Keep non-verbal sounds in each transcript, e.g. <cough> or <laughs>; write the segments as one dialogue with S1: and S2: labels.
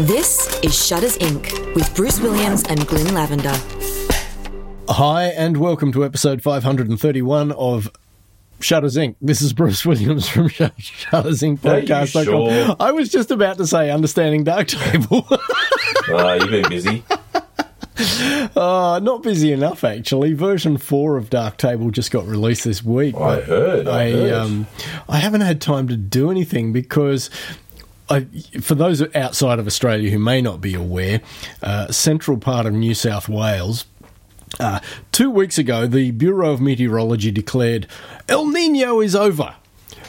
S1: This is Shutters Inc. with Bruce Williams and Glenn Lavender.
S2: Hi, and welcome to episode 531 of Shutters Inc. This is Bruce Williams from <laughs> Sh- Shutters Inc.
S3: Are you
S2: podcast.
S3: sure?
S2: I was just about to say Understanding Dark Table. <laughs>
S3: Uh, you've been busy.
S2: uh, not busy enough, actually. Version 4 of Dark Table just got released this week.
S3: I heard. I,
S2: I
S3: heard.
S2: um, I haven't had time to do anything because. I, for those outside of Australia who may not be aware, uh, central part of New South Wales, uh, two weeks ago, the Bureau of Meteorology declared El Nino is over,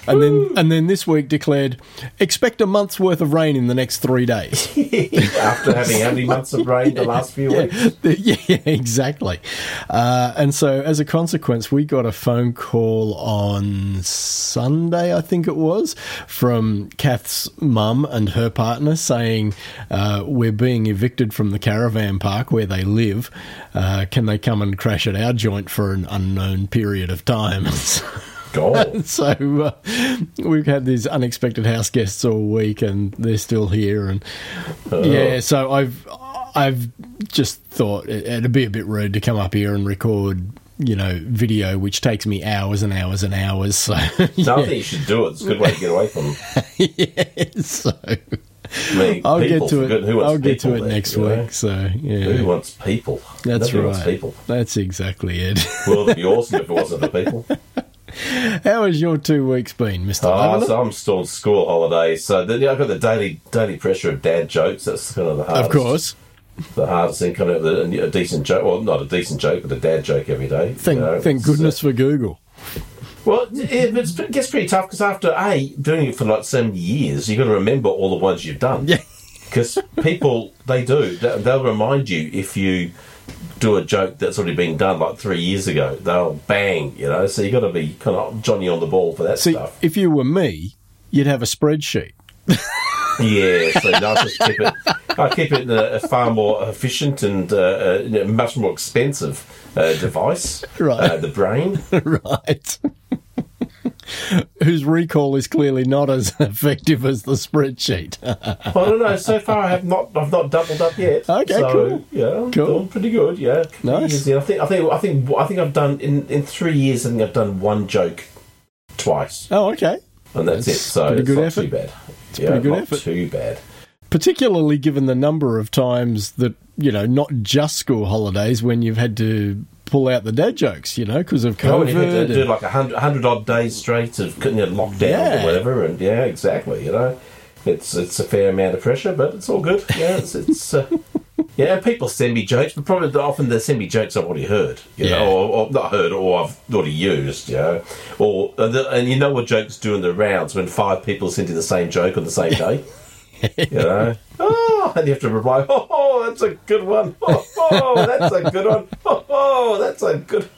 S2: and then and then this week declared expect a month's worth of rain in the next three days.
S3: After having how many months of rain the last few weeks?
S2: yeah, <laughs> yeah, exactly. Uh, and so, as a consequence, we got a phone call on Sunday, I think it was, from Kath's mum and her partner saying, uh, We're being evicted from the caravan park where they live. Uh, can they come and crash at our joint for an unknown period of time? <laughs>
S3: God.
S2: so uh, we've had these unexpected house guests all week and they're still here and
S3: Uh-huh.
S2: yeah so i've i've just thought it- it'd be a bit rude to come up here and record you know video which takes me hours and hours and hours so <laughs>
S3: No, I think you should do it. It's a good way to get away from
S2: so
S3: me.
S2: <laughs> i'll
S3: people,
S2: get to
S3: for good-
S2: it
S3: who wants
S2: i'll get to
S3: people
S2: it
S3: there,
S2: next
S3: you know?
S2: week so
S3: Who
S2: yeah
S3: wants people?
S2: that's
S3: Nobody Wants
S2: right
S3: people.
S2: that's exactly it <laughs>
S3: World would be awesome if it wasn't for people.
S2: how has your two weeks been mr
S3: Oh,
S2: Lavender?
S3: so I'm still on school holidays, so then, yeah, I've got the daily daily pressure of dad jokes. That's kind of the hardest.
S2: of course
S3: the hardest thing. Kind of the, a decent joke. Well, not a decent joke, but a dad joke every day.
S2: thank,
S3: you know,
S2: thank
S3: it's, uh,
S2: goodness for google
S3: Well, it, it's, it gets pretty tough because after a doing it for like seventy years, you've got to remember all the ones you've done. <laughs>
S2: Yeah.
S3: because people they do they- they'll remind you if you do a joke that's already been done like three years ago. They'll bang, you know. So you got to be kind of Johnny on the ball for that
S2: See,
S3: stuff.
S2: if you were me, you'd have a spreadsheet. <laughs>
S3: Yeah, so I just keep it. I keep it in a, a far more efficient and uh, uh, you know, much more expensive uh, device,
S2: Right.
S3: uh, the brain.
S2: right. Whose recall is clearly not as <laughs> effective as the spreadsheet. <laughs>
S3: I don't know. So far, I have not. I've not doubled up yet.
S2: Okay,
S3: so,
S2: cool.
S3: Yeah, I'm
S2: Cool.
S3: doing pretty good. Yeah,
S2: Nice.
S3: Easy. I think. I think. I think. I think I've done in in three years. I think I've done one joke twice,
S2: oh, okay.
S3: and that's,
S2: That's
S3: it. So
S2: pretty
S3: it's
S2: good
S3: not
S2: effort.
S3: too bad. It's
S2: pretty good
S3: not
S2: effort.
S3: Too bad.
S2: Particularly given the number of times that, you know, not just school holidays when you've had to pull out the dad jokes, you know, because of
S3: I
S2: COVID.
S3: would have to do
S2: and-
S3: like a hundred, a hundred odd days straight of you know, lockdown
S2: Yeah.
S3: or whatever, and yeah, exactly. You know, it's it's a fair amount of pressure, but it's all good. Yeah, it's. it's uh, <laughs> Yeah, and people send me jokes, but probably the- often they send me jokes I've already heard, you
S2: Yeah.
S3: know, or, or not heard, or I've already used, you know, or and, the, and you know what jokes do in the rounds when five people send you the same joke on the
S2: <laughs>
S3: same day, <laughs> you know. Oh, and you have to reply, oh, oh that's a good one. Oh, oh, that's a good one. Oh, oh that's a good.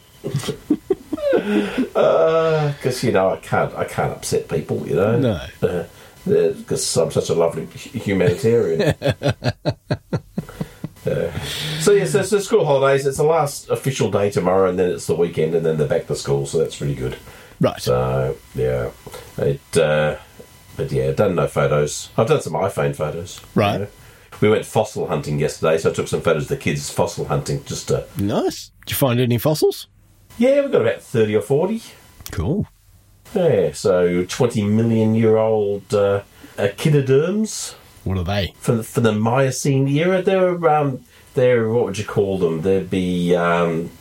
S3: Because you know, I can't, I can't upset people, you know.
S2: No.
S3: Because I'm such a lovely hu- humanitarian. Uh, so yes, yeah, so, so school holidays. It's the last official day tomorrow, and then it's the weekend, and then they're back to school. So that's really good.
S2: right.
S3: So yeah, it. Uh, but yeah, I've done no photos. I've done some iPhone photos.
S2: Right.
S3: We went fossil hunting yesterday, so I took some photos of the kids fossil hunting. Just to,
S2: nice. Did you find any fossils?
S3: yeah, we got about thirty or forty.
S2: Cool.
S3: Yeah, so 20 million year old uh, echinoderms
S2: What are they?
S3: from the, from the Miocene era. They're, um, they're, what would you call them? They'd be, um,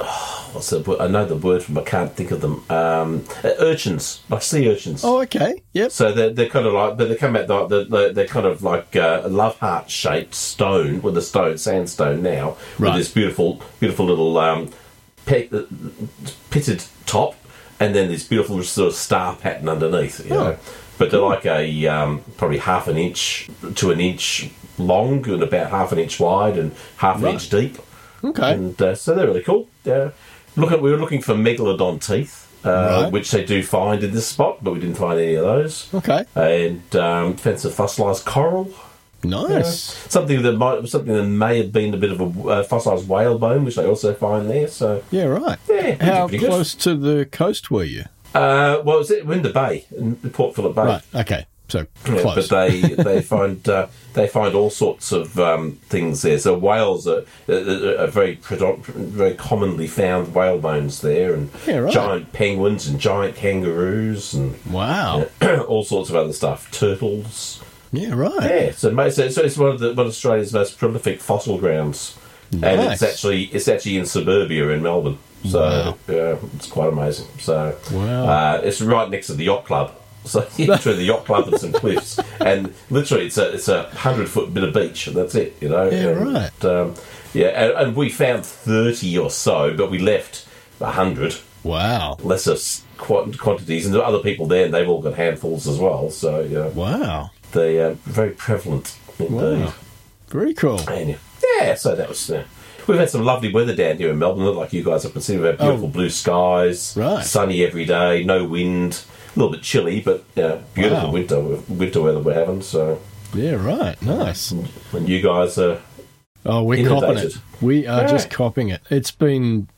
S3: oh, what's the word? I know the word from, I can't think of them. Um, uh, urchins, like sea urchins.
S2: Oh, okay. Yep.
S3: So they're, they're kind of like, but they come out like, they're- they're, they're kind of like uh, a love heart shaped stone with a stone, sandstone now,
S2: Right.
S3: with this beautiful, beautiful little um, pet, pitted top, and then this beautiful sort of star pattern underneath. You
S2: Oh.
S3: know? But they're like a um, probably half an inch to an inch long and about half an inch wide and half an
S2: Right.
S3: inch deep
S2: Okay.
S3: and uh, so they're really cool. Yeah, look, at- we were looking for megalodon teeth, uh,
S2: Right.
S3: which they do find in this spot, but we didn't find any of those.
S2: Okay.
S3: And um, fancy fossilized coral,
S2: Nice.
S3: something that might something that may have been a bit of a uh, fossilized whale bone, which they also find there. So.
S2: Yeah, right.
S3: Yeah,
S2: How
S3: pretty good.
S2: close to the coast were you?
S3: Uh, well, it was, we're in the bay, in Port Phillip Bay.
S2: Right. Okay. So
S3: Yeah,
S2: close.
S3: but they they <laughs> find uh, they find all sorts of um, things there. So whales are, are, are very predom- very commonly found whale bones there, and
S2: Yeah, right.
S3: giant penguins and giant kangaroos and <clears throat>
S2: wow.
S3: all sorts of other stuff. Turtles.
S2: Yeah, right.
S3: Yeah, so, mo- so so it's one of the one of Australia's most prolific fossil grounds, and
S2: Nice.
S3: it's actually it's actually in suburbia in Melbourne. So
S2: Wow.
S3: yeah, it's quite amazing. So
S2: Wow.
S3: uh, it's right next to the yacht club. <laughs> So you enter the yacht club
S2: <laughs>
S3: and some cliffs, and literally it's a it's a hundred foot bit of beach, and that's it. You know,
S2: Yeah,
S3: And,
S2: right.
S3: Um, yeah, and, and we found thirty or so, but we left hundred
S2: Wow.
S3: lesser s- quant- quantities, and there were other people there, and they've all got handfuls as well. So yeah
S2: Wow.
S3: they uh, very prevalent indeed.
S2: Wow. Very cool.
S3: And, yeah, so that was. Uh, we've had some lovely weather down here in Melbourne, like you guys have been seeing. We've had beautiful
S2: Oh.
S3: blue skies,
S2: Right.
S3: sunny every day, no wind, a little bit chilly, but uh, beautiful
S2: Wow.
S3: winter winter weather we're having. So,
S2: Yeah, right. Nice.
S3: and you guys are.
S2: Oh, we're copping
S3: Inundated.
S2: it. We are just
S3: Right.
S2: copping it. It's been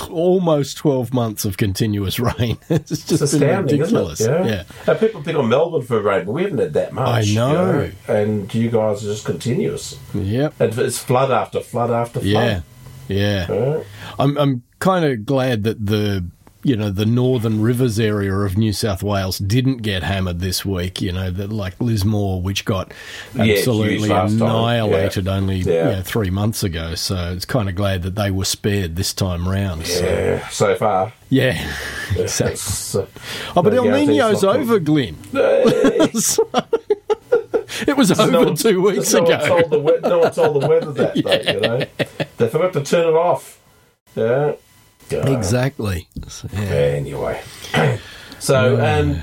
S2: c- almost 12 months of continuous <laughs> rain. it's just
S3: It's
S2: been
S3: astounding,
S2: ridiculous.
S3: isn't it?
S2: yeah.
S3: And people pick on Melbourne for rain, but we haven't had that much. you
S2: know.
S3: And you guys are just continuous.
S2: Yep.
S3: And it's flood after flood after flood.
S2: Yeah. Yeah.
S3: Yeah.
S2: I'm I'm kind of glad that the you know the northern rivers area of New South Wales didn't get hammered this week. You know that like Lismore, which got
S3: huge
S2: absolutely
S3: last time,
S2: annihilated
S3: yeah.
S2: only
S3: Yeah.
S2: you know, three months ago. So it's kind of glad that they were spared this time round. So,
S3: Yeah, so far.
S2: yeah, exactly.
S3: It's, uh,
S2: Oh, but
S3: no
S2: El
S3: guarantees
S2: Nino's
S3: not to-
S2: over, Glenn.
S3: Hey.
S2: So- <laughs> it was over
S3: No one-
S2: two weeks
S3: no One
S2: ago.
S3: told the we- no one told the weather
S2: <laughs>
S3: that day, you know. They forgot to turn it off. Yeah. Yeah.
S2: Exactly. So, yeah.
S3: Anyway. <clears throat> so, um,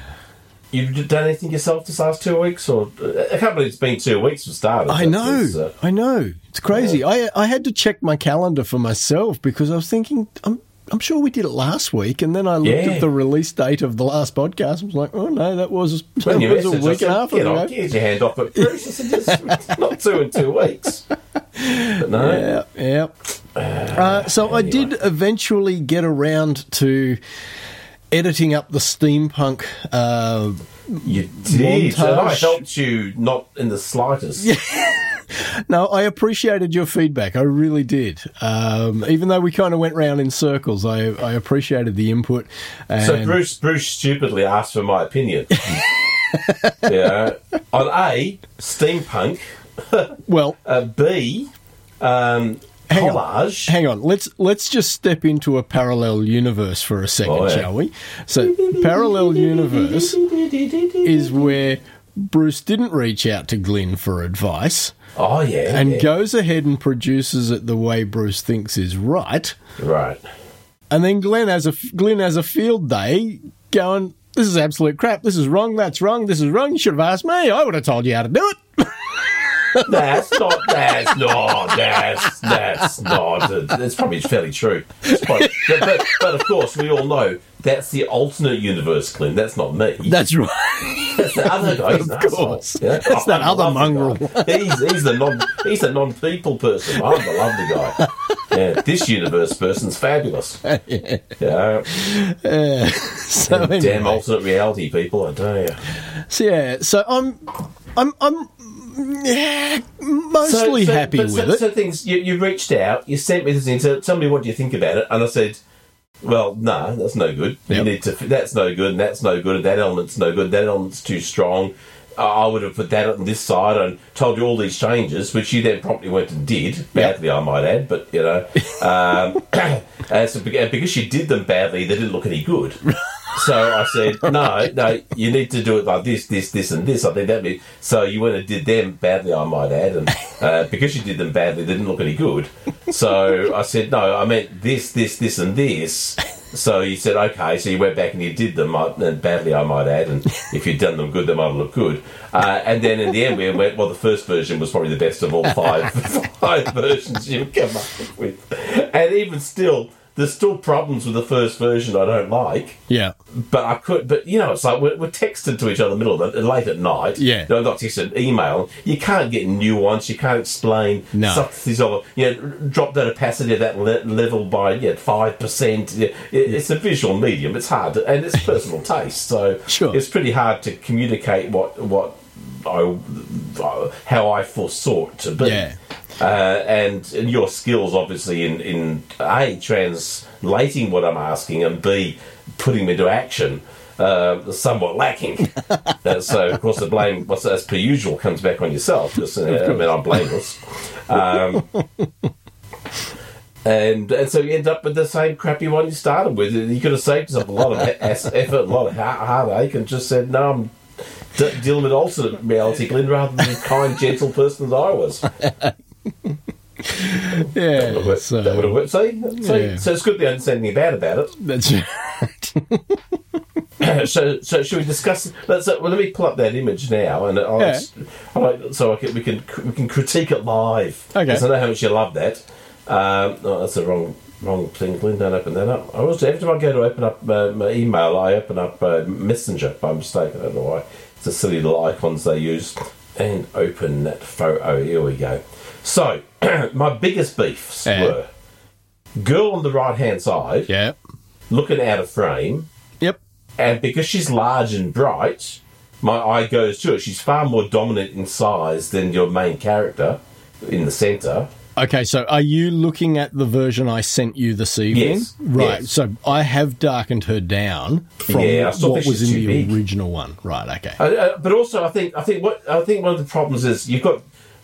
S3: you've done anything yourself this last two weeks? or uh, I can't believe it's been two weeks for starters.
S2: I
S3: That's-
S2: know.
S3: that's, uh,
S2: I know. It's crazy. I I had to check my calendar for myself because I was thinking I'm I'm sure we did it last week and then I looked
S3: Yeah.
S2: at the release date of the last podcast and was like, "Oh no, that was that
S3: when you
S2: was a
S3: messaged, I
S2: week and a half
S3: said, get,
S2: ago."
S3: on, get your hand
S2: <laughs>
S3: off it. Bruce, I said, "It's not two in two weeks. But no.
S2: Yeah, yeah. Uh, so I did eventually get around to editing up the steampunk uh,
S3: You did. And I
S2: Montage.
S3: helped you not in the slightest.
S2: No, I appreciated your feedback. I really did. Um, even though we kind of went round in circles, I, I appreciated the input. And
S3: So Bruce Bruce stupidly asked for
S2: <laughs>
S3: my opinion. yeah. On A, steampunk.
S2: well,
S3: Uh, B, um,
S2: Hang on.
S3: collage.
S2: hang on. Let's let's just step into a parallel universe for a second,
S3: Oh, yeah.
S2: shall we? So, parallel universe is where Bruce didn't reach out to Glenn for advice
S3: Oh yeah.
S2: and
S3: yeah.
S2: goes ahead and produces it the way Bruce thinks is right.
S3: right.
S2: And then Glenn has a Glenn has a field day going. This is absolute crap. This is wrong. That's wrong. This is wrong. You should have asked me. I would have told you how to do it.
S3: That's not. That's not. That's that's not. It's probably fairly true. It's probably- but, but, but of course, we all know that's the alternate universe, Clint. That's not me.
S2: That's right.
S3: That's Oh, the other guy. He's an
S2: <laughs> Of course. That's that other mongrel.
S3: He's, he's the non he's the non people person. I'm the lovely guy. Yeah, this universe person's
S2: <laughs>
S3: fabulous. Yeah,
S2: Uh, So
S3: damn
S2: anyway,
S3: alternate reality people, I tell you.
S2: so yeah. So I'm, I'm, I'm, yeah, mostly happy
S3: but
S2: with
S3: so,
S2: it.
S3: So things you, you reached out, you sent me this thing. So tell me what do you think about it? And I said, well, no, that's no good. You
S2: Yep.
S3: need to. That's no good, and that's no good, and that element's no good. That element's too strong. I I would have put that on this side and told you all these changes, which you then promptly went and did badly, I might add. But you know, um, <coughs> and so, and because you did them badly, they didn't look
S2: <laughs>
S3: any good. So I said, no, no, you need to do it like this, this, this, and this. I think that be so. You went and did them badly, I might add, and uh, because you did them badly, they didn't look any good. So I said, no, I meant this, this, this, and this. So you said, okay. So you went back and you did them I- and badly, I might add, and if you'd done them good, they might have looked good. Uh, and then in the end, we went, well, the first version was probably the best of all five five versions you've come up with, and even still. there's still problems with the first version I don't like.
S2: Yeah.
S3: But I could, but you know, it's like we're, we're texted to each other in the middle of the, late at night.
S2: Yeah.
S3: no, not texted, email. You can't get nuance. You can't explain
S2: No.
S3: subtleties of you know, drop that opacity of that le- level by you know, five percent. It, it's a visual medium. It's hard, to, and it's
S2: <laughs>
S3: personal taste. So
S2: Sure.
S3: it's pretty hard to communicate what what I uh, how I foresaw it to be
S2: Yeah.
S3: uh, and, and your skills obviously in, in a translating what I'm asking and b putting them into action uh, is somewhat lacking. uh, so of course the blame, what's as per usual, comes back on yourself. Just, uh, I mean, I'm blameless. Um, and, and so you end up with the same crappy one you started with. You could have saved yourself a lot of ass effort, a lot of heart- heartache, and just said, "No, I'm d- dealing with ultimate reality, Glenn, rather than the kind, gentle person as I was."
S2: Yeah.
S3: That would've
S2: so
S3: worked. That would have worked. See? So,
S2: Yeah.
S3: so it's good they don't say anything bad about
S2: that's <laughs>
S3: it. <coughs> so, so should we discuss? Let's, uh, well, let me pull up that image now, and uh, I'll,
S2: Yeah.
S3: I'll, so I can, we can we can critique it live.
S2: Okay.
S3: 'Cause I know how much you love that. Um, oh, that's the wrong wrong thing. Glenn, don't open that up. I always every time I go to open up uh, my email, I open up uh, Messenger by mistake. I don't know why. It's the silly little icons they use. And open that photo. Here we go. So, <clears throat> my biggest beefs
S2: Yeah.
S3: were girl on the right hand side
S2: yeah.
S3: looking out of frame,
S2: Yep.
S3: and because she's large and bright, my eye goes to her. She's far more dominant in size than your main character in the centre.
S2: Okay, so are you looking at the version I sent you this evening?
S3: Yes,
S2: Right.
S3: yes.
S2: So I have darkened her down from
S3: Yeah, I still
S2: what
S3: think
S2: was
S3: she's
S2: in
S3: too
S2: the
S3: big.
S2: original one. Right. Okay.
S3: Uh, uh, but also, I think I think what I think one of the problems is you've got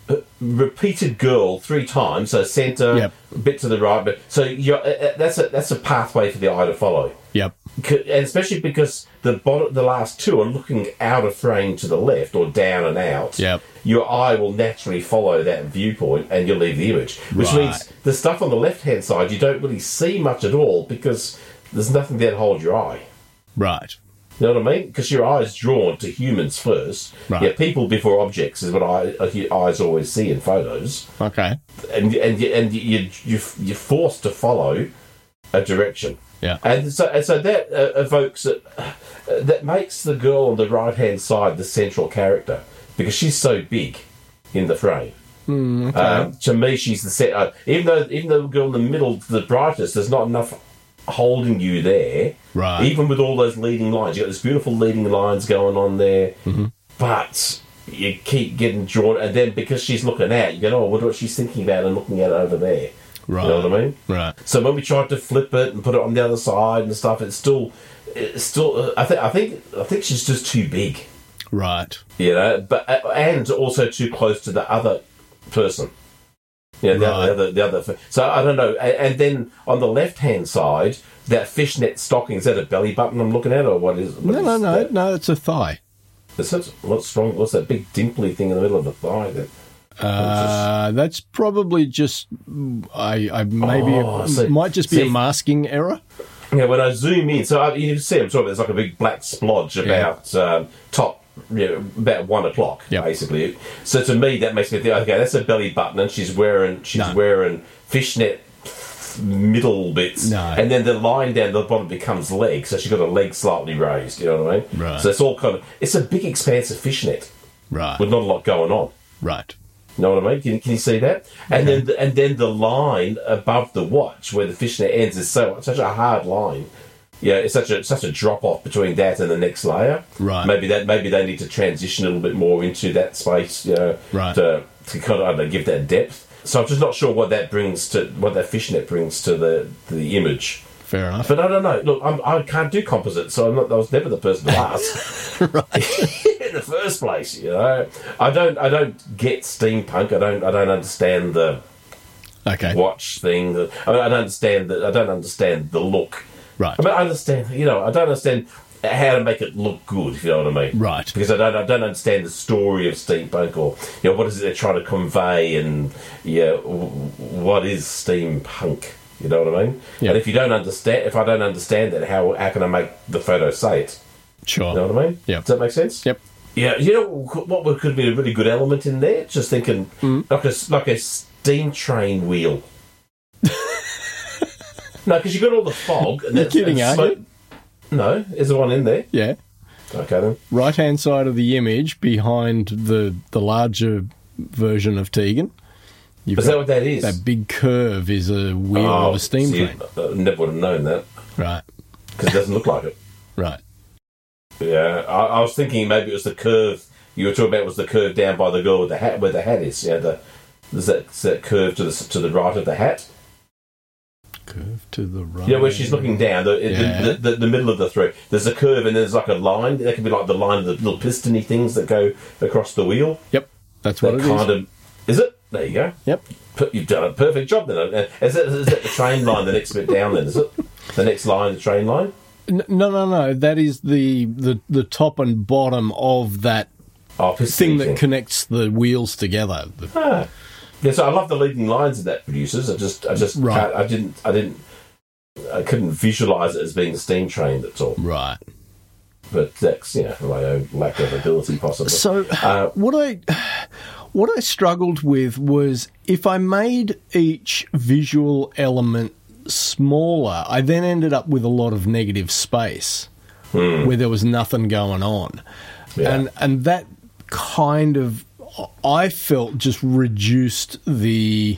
S3: uh, repeated girl three times, so centre,
S2: Yep.
S3: bit to the right, but so you're, uh, uh, that's a that's a pathway for the eye to follow.
S2: Yep.
S3: C- and especially because the bottom, the last two are looking out of frame to the left or down and out.
S2: Yep.
S3: Your eye will naturally follow that viewpoint, and you'll leave the image, which
S2: Right.
S3: means the stuff on the left hand side you don't really see much at all because there's nothing there to hold your eye.
S2: Right.
S3: You know what I mean? Because your eye is drawn to humans first.
S2: Right.
S3: Yeah, people before objects is what I, uh, your eyes always see in photos,
S2: Okay.
S3: and and you- and you you you're forced to follow a direction.
S2: Yeah.
S3: And so, and so that uh, evokes, uh, uh, that makes the girl on the right hand side the central character because she's so big in the frame.
S2: Hmm,
S3: Um, to me, she's the set. Uh, even though, even though the girl in the middle, the brightest, there's not enough holding you there.
S2: Right.
S3: Even with all those leading lines, you got those beautiful leading lines going on there,
S2: Mm-hmm.
S3: but you keep getting drawn. And then because she's looking out, you go, "Oh, I wonder what she's thinking about," and looking at it over there.
S2: Right.
S3: You know what I mean?
S2: Right.
S3: So when we tried to flip it and put it on the other side and stuff, it's still, it's still. uh, I think, I think, I think she's just too big,
S2: Right.
S3: you know. But uh, and also too close to the other person. Yeah, the,
S2: Right.
S3: other, the other, the other. So I don't know. And, and then on the left hand side, that fishnet stocking is that a belly button I'm looking at, or what is? what
S2: No, no,
S3: is
S2: no,
S3: that?
S2: no. It's a thigh.
S3: Is that- what's wrong? What's that big dimply thing in the middle of the thigh? That
S2: Uh, that's probably just I, I maybe
S3: Oh, I see.
S2: it might just be
S3: See-
S2: a masking error.
S3: Yeah, when I zoom in, so I, you can see I'm talking. There's like a big black splodge about um, top, you know, about one o'clock,
S2: Yep.
S3: basically. So to me, that makes me think, okay, that's a belly button, and she's wearing she's
S2: No.
S3: wearing fishnet middle bits,
S2: No.
S3: and then the line down the bottom becomes leg, so she's got a leg slightly raised. You know what I mean?
S2: Right.
S3: So it's all kind of it's a big expanse of fishnet
S2: Right.
S3: with not a lot going on.
S2: Right.
S3: You know what I mean? Can, can you see that? And then the, and then the line above the watch where the fishnet ends is so such a hard line. Yeah, it's such a such a drop off between that and the next layer.
S2: Right.
S3: Maybe that maybe they need to transition a little bit more into that space. You know,
S2: Right.
S3: To, to kind of I don't know, give that depth. So I'm just not sure what that brings to what that fishnet brings to the to the image.
S2: Fair enough.
S3: But I don't know. Look, I'm, I can't do composites, so I'm not, I was never the person to ask <laughs> in the first place. You know, I don't. I don't get steampunk. I don't. I don't understand the
S2: Okay.
S3: watch thing. The, I, mean, I don't understand the. I don't understand the look.
S2: Right.
S3: I mean, I understand. You know, I don't understand how to make it look good. If you know what I mean.
S2: Right.
S3: Because I don't. I don't understand the story of steampunk or you know what is it they're trying to convey and yeah, w- what is steampunk. You know what I mean?
S2: Yeah.
S3: And if you don't understand, if I don't understand that, how how can I make the photo say it?
S2: Sure.
S3: You know what I mean?
S2: Yep.
S3: Does that make sense?
S2: Yep.
S3: Yeah, you know what would- could be a really good element in there? Just thinking
S2: Mm. <laughs>
S3: like a like a steam train wheel. No, because you got all the fog.
S2: You're
S3: And that's-
S2: kidding,
S3: and
S2: aren't
S3: smoke- No, is there one in there?
S2: Yeah.
S3: Okay then.
S2: Right hand side of the image behind the the larger version of Tegan. You've
S3: Is that what that is?
S2: that big curve is a wheel
S3: Oh,
S2: of a steam
S3: see,
S2: plane.
S3: I never would have known that
S2: Right.
S3: because it doesn't look like it.
S2: Right.
S3: Yeah, I, I was thinking maybe it was the curve you were talking about was the curve down by the girl with the hat where the hat is. Yeah, the there's that, there's that curve to the s- to the right of the hat.
S2: Curve to the right.
S3: Yeah, where she's looking down the, the-
S2: Mm. Yeah.
S3: the, the, the middle of the thread. There's a curve and there's like a line. That could be like the line of the little pistony things that go across the wheel.
S2: Yep. That's what
S3: That
S2: it is.
S3: kind of is it? There you go.
S2: Yep.
S3: Per- You've done a perfect job then. Uh, Is it, is it the train line the next bit down then? Is it the next line the train line?
S2: N- No, no, no. That is the the the top and bottom of that
S3: Oh, pistony
S2: thing that connects the wheels together. The-
S3: Ah. Yeah, so I love the leading lines of that producers. I just, I just,
S2: Right.
S3: can't, I didn't, I didn't, I couldn't visualize it as being the steam train. That's all.
S2: Right.
S3: But that's you know my own lack of ability, possibly.
S2: So
S3: Uh,
S2: what I <sighs> what I struggled with was if I made each visual element smaller, I then ended up with a lot of negative space where there was nothing going on.
S3: Yeah.
S2: And and that kind of I felt just reduced the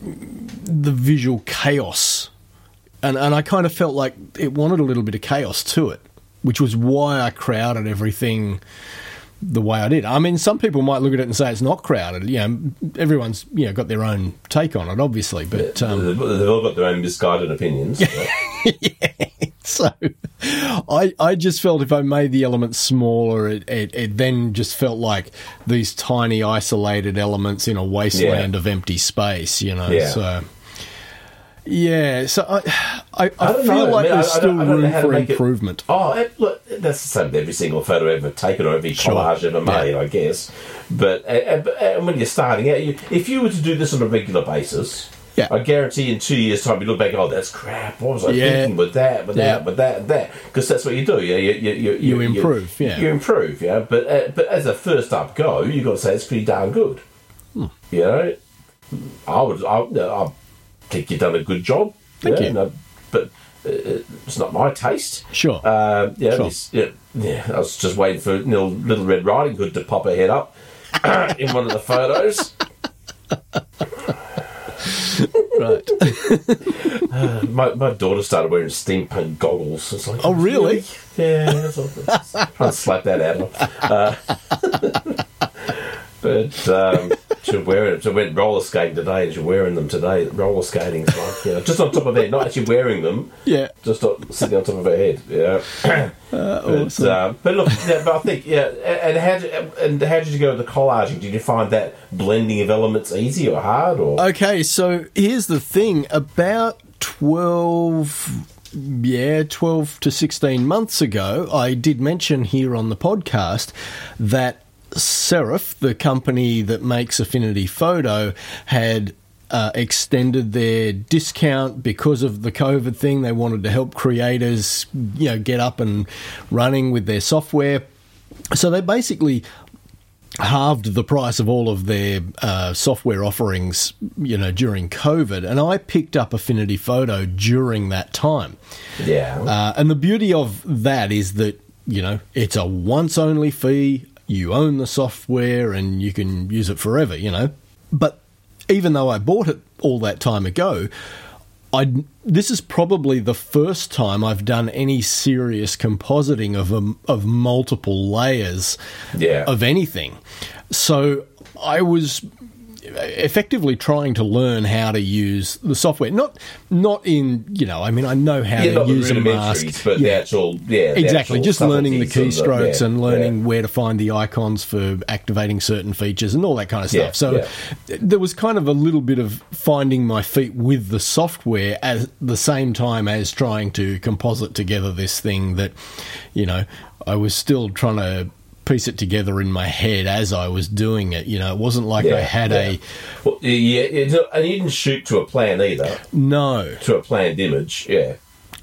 S2: the visual chaos. And and I kind of felt like it wanted a little bit of chaos to it, which was why I crowded everything the way I did. I mean, some people might look at it and say it's not crowded. You know, everyone's you know got their own take on it, obviously. But um, <laughs>
S3: they've they've all got their own misguided opinions. right?
S2: so, I I just felt if I made the elements smaller, it, it it then just felt like these tiny isolated elements in a wasteland of empty space. You know,
S3: Yeah.
S2: so. Yeah, so I, I, I,
S3: I don't
S2: feel
S3: know,
S2: like
S3: man.
S2: there's
S3: I- I don't-
S2: still
S3: I don't know
S2: room
S3: how to
S2: for
S3: make it-
S2: improvement.
S3: Oh, it, look, that's the same with every single photo ever taken or every
S2: Sure.
S3: collage ever
S2: Yeah.
S3: made, I guess. But uh, uh, but, uh, when you're starting out, you, if you were to do this on a regular basis,
S2: Yeah.
S3: I guarantee in two years' time you look back, oh, that's crap. What was I
S2: Yeah.
S3: thinking with that, with
S2: Yeah.
S3: that, with that, and that? Because that's what you do. Yeah, you, you, you,
S2: You improve, yeah.
S3: you improve. Yeah, but uh, but as a first up go, you have got to say it's pretty darn good.
S2: Hmm.
S3: You know, I would. I, I think you've done a good job.
S2: Thank
S3: yeah,
S2: you.
S3: no, but uh, it's not my taste.
S2: Sure.
S3: Um, yeah,
S2: Sure.
S3: it's- yeah, yeah, I was just waiting for little, little Red Riding Hood to pop her head up <coughs> in one of the photos.
S2: Right.
S3: My, my daughter started wearing steampunk goggles. It's like,
S2: <laughs> Oh, really?
S3: Yeah, that's all.
S2: <laughs>
S3: Try and slap that out of her. Uh, <laughs> but um, she wearing she went roller skating today, and she's wearing them today. Roller skating's like, you know, just on top of her head, not actually wearing them.
S2: Yeah.
S3: just on, sitting on top of her head.
S2: <coughs>
S3: Yeah. but,
S2: Uh, awesome.
S3: uh, but look, yeah, but I think yeah. And and how did, and how did you go with the collaging? Did you find that blending of elements easy or hard or?
S2: Okay, so here's the thing about 12 yeah, 12 to 16 months ago, I did mention here on the podcast that Serif, the company that makes Affinity Photo, had uh, extended their discount because of the COVID thing. They wanted to help creators, you know, get up and running with their software. So they basically halved the price of all of their uh, software offerings, you know, during COVID. And I picked up Affinity Photo during that time.
S3: yeah.
S2: Uh, and the beauty of that is that, you know, it's a once only fee. You own the software and you can use it forever, you know. But even though I bought it all that time ago, I this is probably the first time I've done any serious compositing of um, of multiple layers
S3: Yeah.
S2: of anything. So I was effectively trying to learn how to use the software. Not not in you know, I mean, I know how
S3: yeah,
S2: to
S3: not the
S2: use a
S3: rudimentaries,
S2: mask,
S3: but the actual yeah, the
S2: exactly.
S3: actual
S2: Just learning the
S3: subtleties of the-
S2: keystrokes
S3: yeah,
S2: and learning
S3: yeah.
S2: where to find the icons for activating certain features and all that kind of
S3: Yeah,
S2: stuff. so there was kind of a little bit of finding my feet with the software at the same time as trying to composite together this thing that, you know, I was still trying to piece it together in my head as I was doing it. You know, it wasn't like I
S3: Yeah,
S2: had
S3: yeah. Well, yeah, it's not- and you didn't shoot to a plan either,
S2: a no,
S3: to a planned image. Yeah.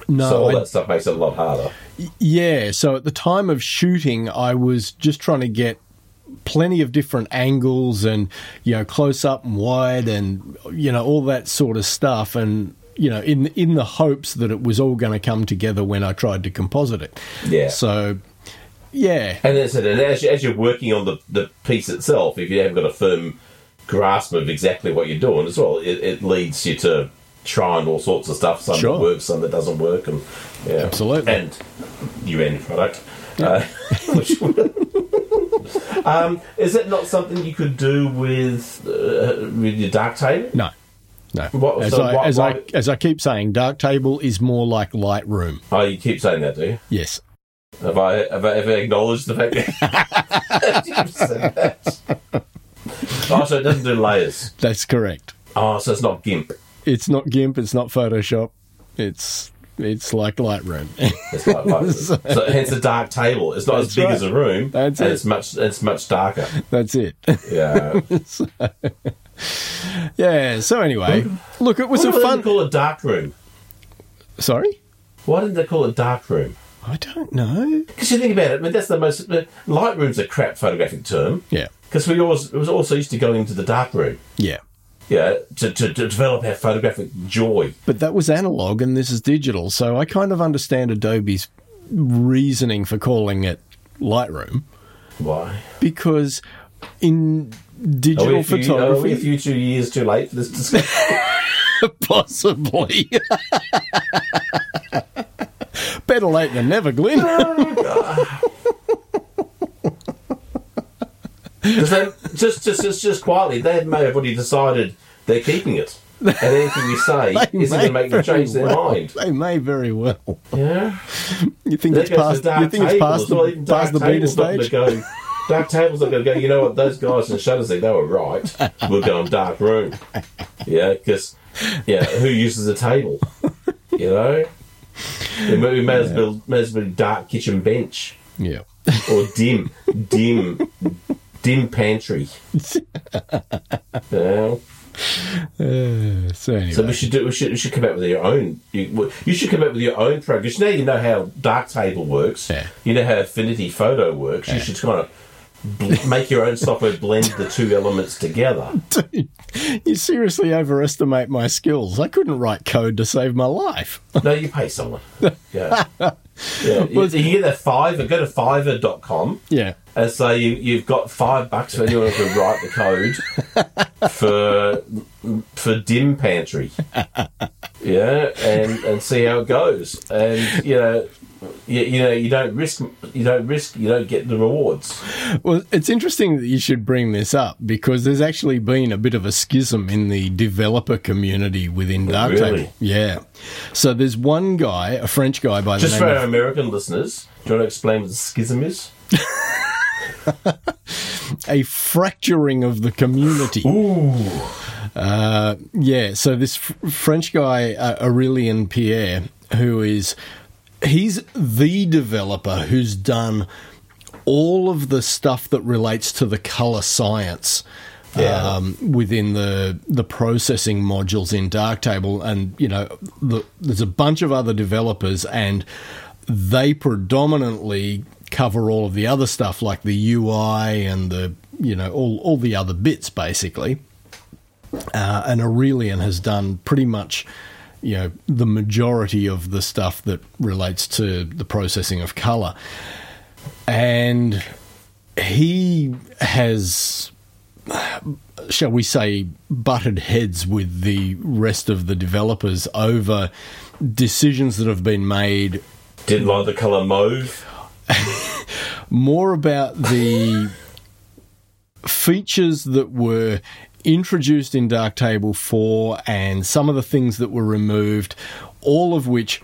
S2: no.
S3: so all
S2: I-
S3: that stuff makes it a lot harder.
S2: Yeah, so at the time of shooting, I was just trying to get plenty of different angles and you know close up and wide and you know all that sort of stuff and you know, in in the hopes that it was all going to come together when I tried to composite it.
S3: Yeah.
S2: So, yeah,
S3: And as, and as, you- as you're working on the, the piece itself, if you haven't got a firm grasp of exactly what you're doing as well, it, it leads you to trying all sorts of stuff. Some
S2: Sure.
S3: that works, some that doesn't work, and yeah.
S2: Absolutely.
S3: And you end product. Uh, <laughs> which- <laughs> um, is it not something you could do with uh, with your dark table?
S2: no. No,
S3: What-
S2: as,
S3: so
S2: I,
S3: what-
S2: as I
S3: what-
S2: as I keep saying, Darktable is more like Lightroom.
S3: Oh, you keep saying that, do you?
S2: Yes,
S3: Have I have I ever acknowledged the fact that <laughs> you've said that?
S2: <laughs>
S3: Oh, so it doesn't do layers.
S2: that's correct.
S3: Oh, so it's not GIMP.
S2: It's not GIMP. It's not Photoshop. It's it's like Lightroom. <laughs>
S3: It's like, like- so hence the dark table. It's not as
S2: That's
S3: big
S2: right.
S3: as a room,
S2: That's
S3: and
S2: it.
S3: it's much it's much darker.
S2: that's it. <laughs>
S3: Yeah,
S2: yeah. So anyway, look, it was
S3: why
S2: a
S3: didn't they
S2: fun.
S3: call it dark room?
S2: Sorry,
S3: Why didn't they call it dark room?
S2: I don't know.
S3: Because you think about it, I mean, that's the most uh, light room's a crap photographic term.
S2: Yeah,
S3: Because we always it was also used to going into the dark room.
S2: yeah.
S3: Yeah, to, to, to develop our photographic joy.
S2: But that was analog, and this is digital. So I kind of understand Adobe's reasoning for calling it Lightroom
S3: Why?
S2: because in
S3: Are we,
S2: digital
S3: a few, are we
S2: photography,
S3: a few two years too late for this discussion?
S2: <laughs> possibly. <laughs> Better late than never, Glenn.
S3: Because they just, just, just, just quietly, they may have already decided they're keeping it, and anything we
S2: <laughs>
S3: say
S2: They
S3: isn't going to
S2: may
S3: make them
S2: very
S3: change their
S2: well. <laughs>
S3: mind.
S2: They may very well.
S3: Yeah,
S2: You think
S3: There
S2: it's
S3: goes
S2: past?
S3: the dark
S2: You think it's
S3: table.
S2: past
S3: It's not
S2: the
S3: even
S2: past the beta
S3: dark table's not gonna
S2: stage?
S3: Go, dark table's not going to go. You know what? Those guys in Shuttersy, they were right. We're going dark room. Yeah, because yeah, who uses a table? You know, we may, we may as well may as well be dark kitchen bench
S2: Yeah.
S3: or Oh, dim, dim, dim pantry. Yeah.
S2: <laughs> Uh, so anyway,
S3: So we should do. We should, we should come up with your own. You, you should come up with your own program. 'Cause Now you know how Darktable works.
S2: Yeah.
S3: You know how Affinity Photo works. You should kind of bl- make your own software blend the two elements together. <laughs>
S2: you seriously overestimate my skills. I couldn't write code to save my life. <laughs>
S3: No, you pay someone. Yeah. yeah. You, you get that Fiverr. Go to Fiverr.com.
S2: yeah.
S3: And so you, you've got five bucks for anyone who can write the code for for dim pantry. Yeah, and, and see how it goes. And you know, you, you know, you don't risk, you don't risk, you don't get the rewards.
S2: Well, it's interesting that you should bring this up because there's actually been a bit of a schism in the developer community within Darktable.
S3: Oh, Really?
S2: Yeah. So there's one guy, a French guy by the
S3: Just for
S2: name
S3: our
S2: of
S3: American listeners, do you want to explain what the schism is?
S2: a fracturing of the community.
S3: Ooh,
S2: Uh, yeah, so this f- French guy, uh, Aurelien Pierre, who is he's the developer who's done all of the stuff that relates to the color science.
S3: Yeah.
S2: Um, within the the processing modules in Darktable, and you know, the, there's a bunch of other developers, and they predominantly cover all of the other stuff like the UI and the you know all all the other bits basically uh, and Aurelian has done pretty much, you know, the majority of the stuff that relates to the processing of color, and he has, shall we say, butted heads with the rest of the developers over decisions that have been made
S3: didn't like the colour mauve.
S2: more about the features that were introduced in Darktable 4 and some of the things that were removed, all of which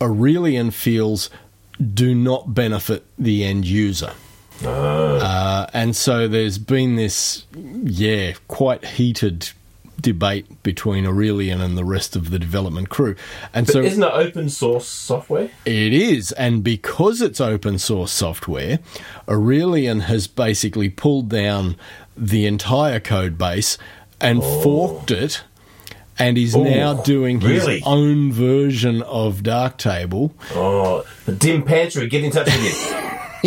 S2: Aurelian feels do not benefit the end user. Uh, and so there's been this, yeah, quite heated debate between Aurelian and the rest of the development crew. And so
S3: Isn't it open source software?
S2: it is, and because it's open source software, Aurelian has basically pulled down the entire code base and
S3: Oh.
S2: forked it, and he's now doing his
S3: really?
S2: own version of Darktable. <laughs>
S3: Oh, the dim pantry. Get in touch with you.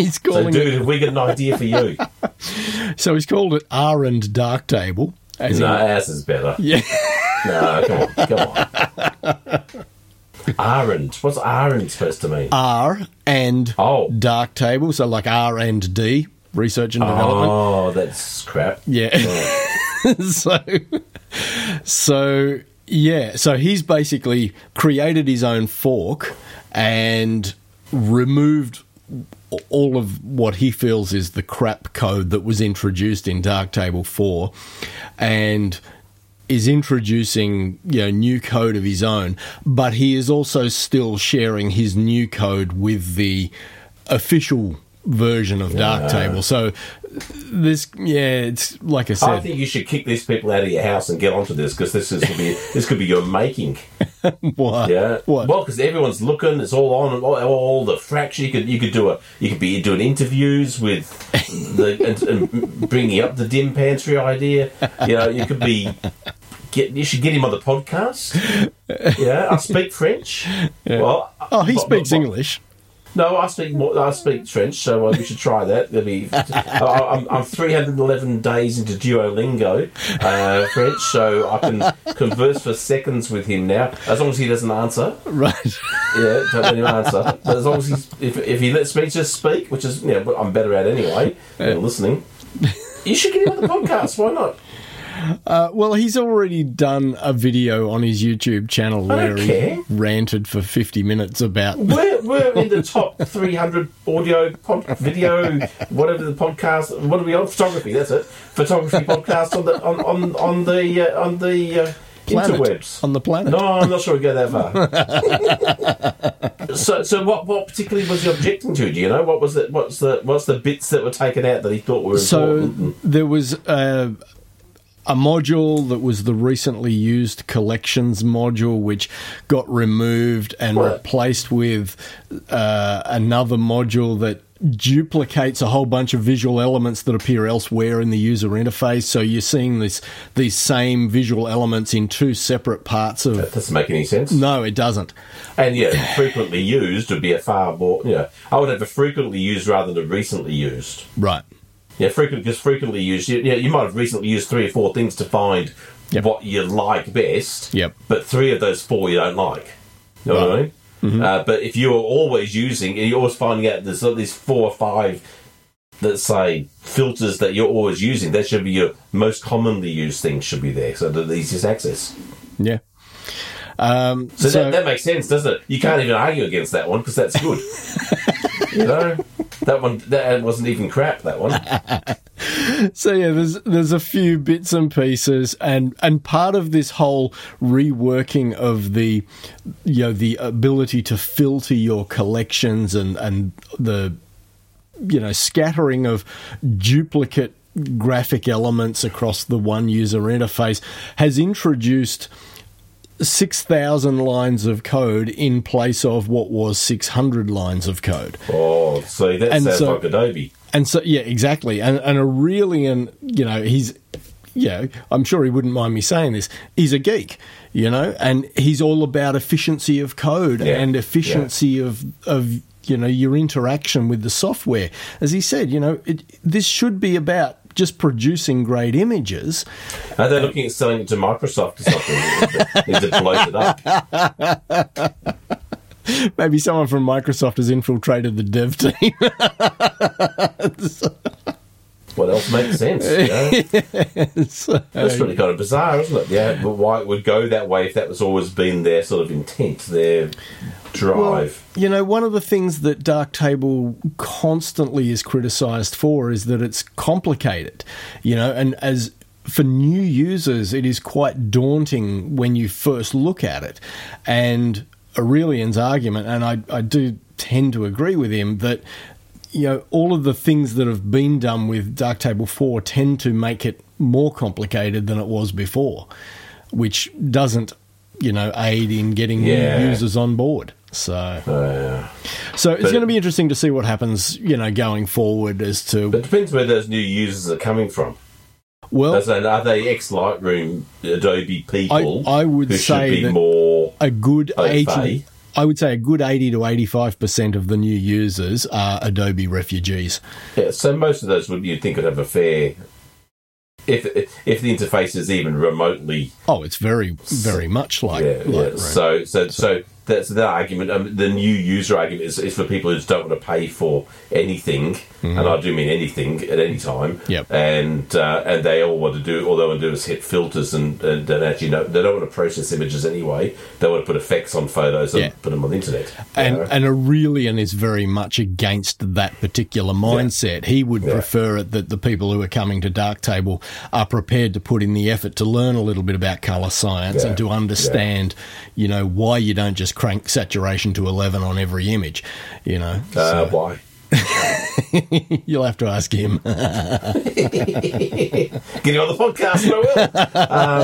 S2: He's
S3: So,
S2: calling
S3: dude, have we got an idea for you?
S2: it, so he's called it R and Darktable. As
S3: No,
S2: in-
S3: ours is better.
S2: yeah,
S3: No, come on, come on. Arend. What's Arend supposed to mean?
S2: R and
S3: Oh.
S2: dark table, so like R and D, research and development.
S3: oh, that's crap.
S2: Yeah. <laughs> so, so yeah, so he's basically created his own fork and removed all of what he feels is the crap code that was introduced in Darktable 4 and is introducing you know new code of his own but he is also still sharing his new code with the official version of Darktable so this yeah it's like I said
S3: I think you should kick these people out of your house and get onto this because this is could be this could be your making.
S2: What?
S3: Yeah.
S2: What?
S3: Well, because everyone's looking. It's all on. All, all the fracture. You could you could do a you could be doing
S2: <laughs>
S3: interviews with the and, and bringing up the dim pantry idea. You know, you could be. Get, you should get him on the podcast. Yeah, I speak French. Well,
S2: oh, he
S3: but-
S2: speaks
S3: but-
S2: English.
S3: <laughs> No, I speak more, I speak French, so uh, we should try that. There'll Be, I, I'm, I'm 311 days into Duolingo uh, French, so I can converse for seconds with him now, as long as he doesn't answer.
S2: Right.
S3: Yeah, don't let him answer. But as long as he's, if, if he lets me just speak, which is, you know, what I'm better at anyway, than listening. You should get him on the podcast. Why not?
S2: Uh, well, he's already done a video on his YouTube channel
S3: I
S2: where
S3: don't care.
S2: he ranted for 50 minutes about.
S3: We're, we're in the top 300 audio, pod, video, whatever the podcast. What are we on? Photography. That's it. Photography podcast on the on on, on the uh, on the uh,
S2: Planet.
S3: interwebs.
S2: On the planet.
S3: No, I'm not sure we go that far. so, so what? What particularly was he objecting to? Do you know what was the what's the what's the bits that were taken out that he thought were
S2: so
S3: important?
S2: there was a, a module that was the recently used collections module, which got removed and
S3: Right.
S2: replaced with uh, another module that duplicates a whole bunch of visual elements that appear elsewhere in the user interface. So you're seeing this these same visual elements in two separate parts
S3: That
S2: of.
S3: doesn't make any sense.
S2: No, it doesn't.
S3: And yeah, frequently used would be a far more. Yeah, I would have a frequently used rather than a recently used.
S2: Right.
S3: Yeah, frequently just frequently used. You, yeah, you might have recently used three or four things to find
S2: Yep.
S3: what you like best.
S2: Yep.
S3: But three of those four you don't like. You know what I mean?
S2: Mm-hmm.
S3: Uh, but if you're always using, you're always finding out there's all these four or five that say filters that you're always using. That should be your most commonly used things should be there, so that the easiest access.
S2: Yeah. Um,
S3: So,
S2: so
S3: that, that makes sense, doesn't it? You can't even argue against that one because that's
S2: <laughs>
S3: good. you know, that one that wasn't even crap. That one.
S2: So yeah, there's there's a few bits and pieces, and and part of this whole reworking of the, you know, the ability to filter your collections and and the, you know, scattering of duplicate graphic elements across the one user interface has introduced 6000 lines of code in place of what was 600 lines of code
S3: Oh, see, that
S2: And
S3: sounds
S2: so-
S3: like Adobe.
S2: and so yeah exactly and and Aurelian you know he's you know I'm sure he wouldn't mind me saying this he's a geek you know and he's all about efficiency of code
S3: Yeah,
S2: and
S3: yeah.
S2: efficiency of of you know your interaction with the software as he said you know it, this should be about just producing great images <laughs>
S3: Are they looking at selling it to Microsoft or something? Is it blows it up?
S2: maybe someone from Microsoft has infiltrated the dev <laughs> team
S3: What else makes sense? you
S2: <laughs>
S3: know?
S2: So-
S3: That's really kind of bizarre, isn't it? Yeah, but why it would go that way if that was always been their sort of intent, their drive.
S2: You know, one of the things that Darktable constantly is criticised for is that it's complicated. You know, and as for new users, it is quite daunting when you first look at it. And Aurelian's argument, and I, I do tend to agree with him, that you know all of the things that have been done with Darktable 4 tend to make it more complicated than it was before, which doesn't you know aid in getting new
S3: Yeah.
S2: users on board. So
S3: Uh,
S2: so it's
S3: But-
S2: going to be interesting to see what happens, you know, going forward as
S3: but
S2: to
S3: it depends where those new users are coming from.
S2: well,
S3: As in, are they ex Lightroom Adobe people?
S2: I would
S3: who
S2: say
S3: should be
S2: that-
S3: more.
S2: a good
S3: Okay.
S2: eighty. I would say a good eighty to eighty-five percent of the new users are Adobe refugees.
S3: Yeah, so most of those would you think would have a fair if if the interface is even remotely
S2: Oh, it's very, very much like.
S3: yeah,
S2: like
S3: yeah.
S2: Road.
S3: So, so, so that's that argument. Um, the new user argument is, is for people who just don't want to pay for anything, and I do mean anything at any time.
S2: Mm-hmm. Yep.
S3: And uh, and they all want to do all they want to do is hit filters and and, and actually no, they don't want to process images anyway. They want to put effects on photos and
S2: Yeah.
S3: put them on the internet.
S2: and
S3: You know?
S2: and Aurelian is very much against that particular mindset. He would
S3: Yeah.
S2: prefer it that the people who are coming to Dark Table are prepared to put in the effort to learn a little bit about color science
S3: Yeah.
S2: and to understand, you know, why you don't just crank saturation to eleven on every image. You know,
S3: uh,
S2: So
S3: why?
S2: <laughs> you'll have to ask him.
S3: Get him on the podcast, I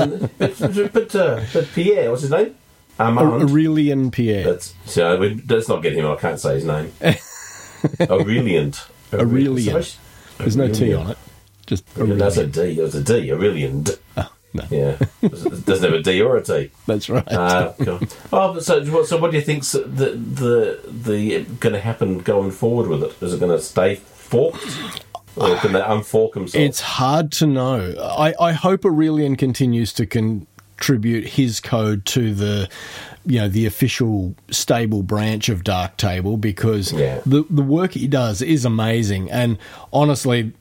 S2: <laughs>
S3: will. um, but but, uh, but Pierre, what's his name? Armand.
S2: Aurelian Pierre,
S3: That's so. We, let's not get him. I can't say
S2: <laughs>
S3: his name. Aureliant.
S2: Aureliant. there's no T on it. Just Aurelian.
S3: That's a D. That was a D. Aureliant.
S2: Oh, no.
S3: Yeah. It doesn't have a D or
S2: <laughs>
S3: a T.
S2: That's right.
S3: Uh, cool. oh, but so what- so what do you think's the the the going to happen going forward with it? Is it going to stay forked, or can they unfork themselves?
S2: It's hard to know. I, I hope Aurelian continues to contribute his code to the you know the official stable branch of Dark Table because
S3: Yeah.
S2: the the work he does is amazing and honestly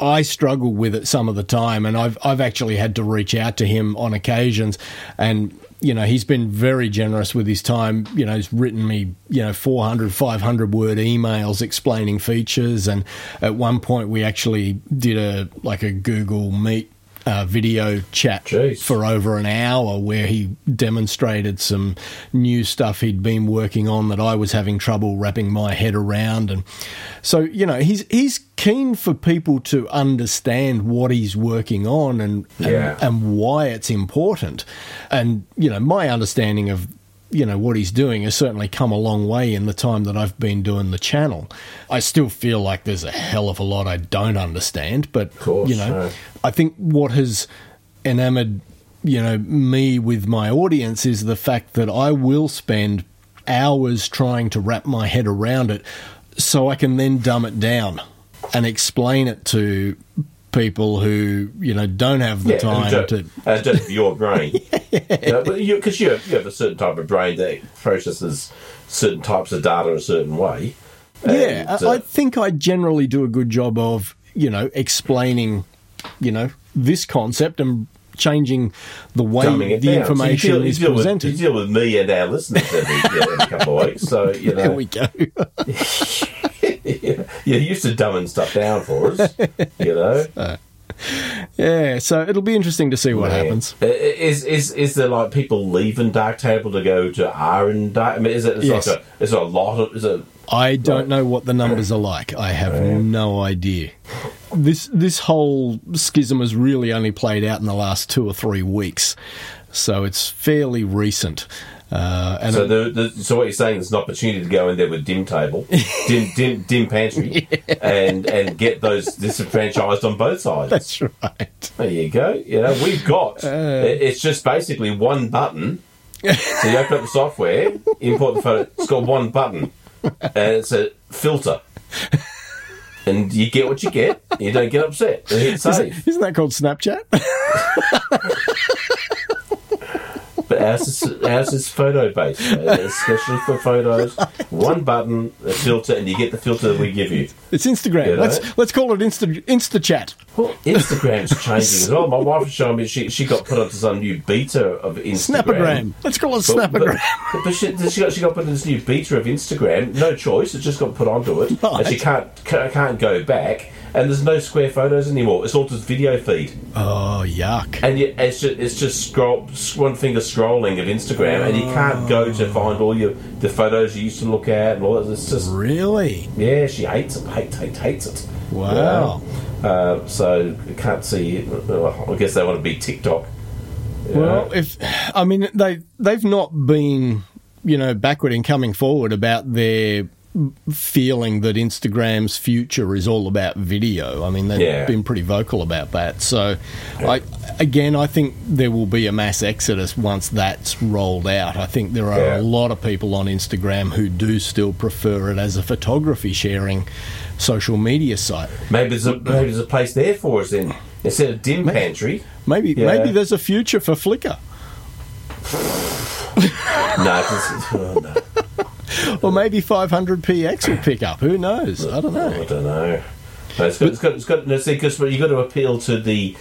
S2: I struggle with it some of the time, and I've I've actually had to reach out to him on occasions, and you know he's been very generous with his time. You know he's written me you know 400, 500 word emails explaining features, and at one point we actually did a like a Google Meet. Uh, video chat
S3: Jeez.
S2: for over an hour where he demonstrated some new stuff he'd been working on that I was having trouble wrapping my head around and so you know he's he's keen for people to understand what he's working on and and-
S3: Yeah.
S2: and, why it's important and you know my understanding of you know what he's doing has certainly come a long way in the time that I've been doing the channel. I still feel like there's a hell of a lot I don't understand, but
S3: course,
S2: you know,
S3: no.
S2: I think what has enamored you know me with my audience is the fact that I will spend hours trying to wrap my head around it so I can then dumb it down and explain it to people who you know don't have the
S3: Yeah,
S2: time
S3: and
S2: to
S3: just, and just
S2: <laughs>
S3: your brain. Because you, have- you have a certain type of brain that processes certain types of data a certain way.
S2: yeah
S3: And,
S2: I,
S3: uh,
S2: I think I generally do a good job of you know explaining you know this concept and changing the way
S3: dumbing it
S2: the
S3: down. So
S2: information
S3: you deal,
S2: is
S3: you deal
S2: presented
S3: With, you deal with me and our listeners every, yeah, every couple of
S2: <laughs>
S3: weeks. So, you
S2: there
S3: know,
S2: we go
S3: yeah, <laughs> you're used to dumbing stuff down for
S2: <laughs>
S3: us, you know.
S2: Yeah, so it'll be interesting to see what
S3: Yeah.
S2: happens.
S3: I- Is is is there like people leaving Dark Table to go to R and Dark? I mean, is it it's
S2: Yes.
S3: like a, is it a lot of is it
S2: I don't know what the numbers are like. I have no idea. This this whole schism has really only played out in the last two or three weeks, so it's fairly recent. Uh, and
S3: So, the, the, so what you're saying is an opportunity to go in there with
S2: <laughs>
S3: dim table, dim dim, dim pantry, and and get those disenfranchised on both sides.
S2: that's right. Uh.
S3: there you go. You know, we've got. it- it's just basically one button. so you open up the software, import the photo. It's got one button, and it's a filter, and you get what you get. and You don't get upset. And hit save.
S2: Isn't that called Snapchat? <laughs>
S3: But ours is, ours is photo based, especially for
S2: <laughs>
S3: photos. One button, a filter, and you get the filter that we give you.
S2: it's Instagram.
S3: Yeah,
S2: let's
S3: right.
S2: let's call it Insta InstaChat.
S3: Well,
S2: <laughs>
S3: Instagram's changing as well. My wife was showing me she, she got put onto some new beta of Instagram.
S2: Snapagram. Let's call it
S3: But, but,
S2: Snapagram.
S3: but she, she, got, she got put into this new beta of Instagram. No choice. It just got put onto it, and she
S2: Right.
S3: can't ca- can't go back. And there's no square photos anymore. It's all just video feed,
S2: oh yuck!
S3: and you, it's just it's just scroll one finger scrolling of Instagram, and you can't go to find all your the photos you used to look at and all that. It's just
S2: Really?
S3: yeah, she hates it. Hate, hate, hates it.
S2: Wow.
S3: Yeah. Uh, so I can't see. well, I guess they want to be TikTok.
S2: Well, if I mean they they've not been you know backward in coming forward about their feeling that Instagram's future is all about video. I mean they've
S3: Yeah.
S2: been pretty vocal about that. So I again I think there will be a mass exodus once that's rolled out. I think there are a
S3: Yeah.
S2: lot of people on Instagram who do still prefer it as a photography sharing social media site.
S3: Maybe there's a maybe there's a place there for us then. Instead of dim pantry.
S2: Maybe
S3: Yeah.
S2: maybe there's a future for Flickr,
S3: No, 'cause <sighs> it's- oh, no,
S2: or maybe 500px will pick up. Who knows? I don't
S3: I
S2: know.
S3: don't know. No, it's got, it's got, it's got, no, see, because you've got to appeal to the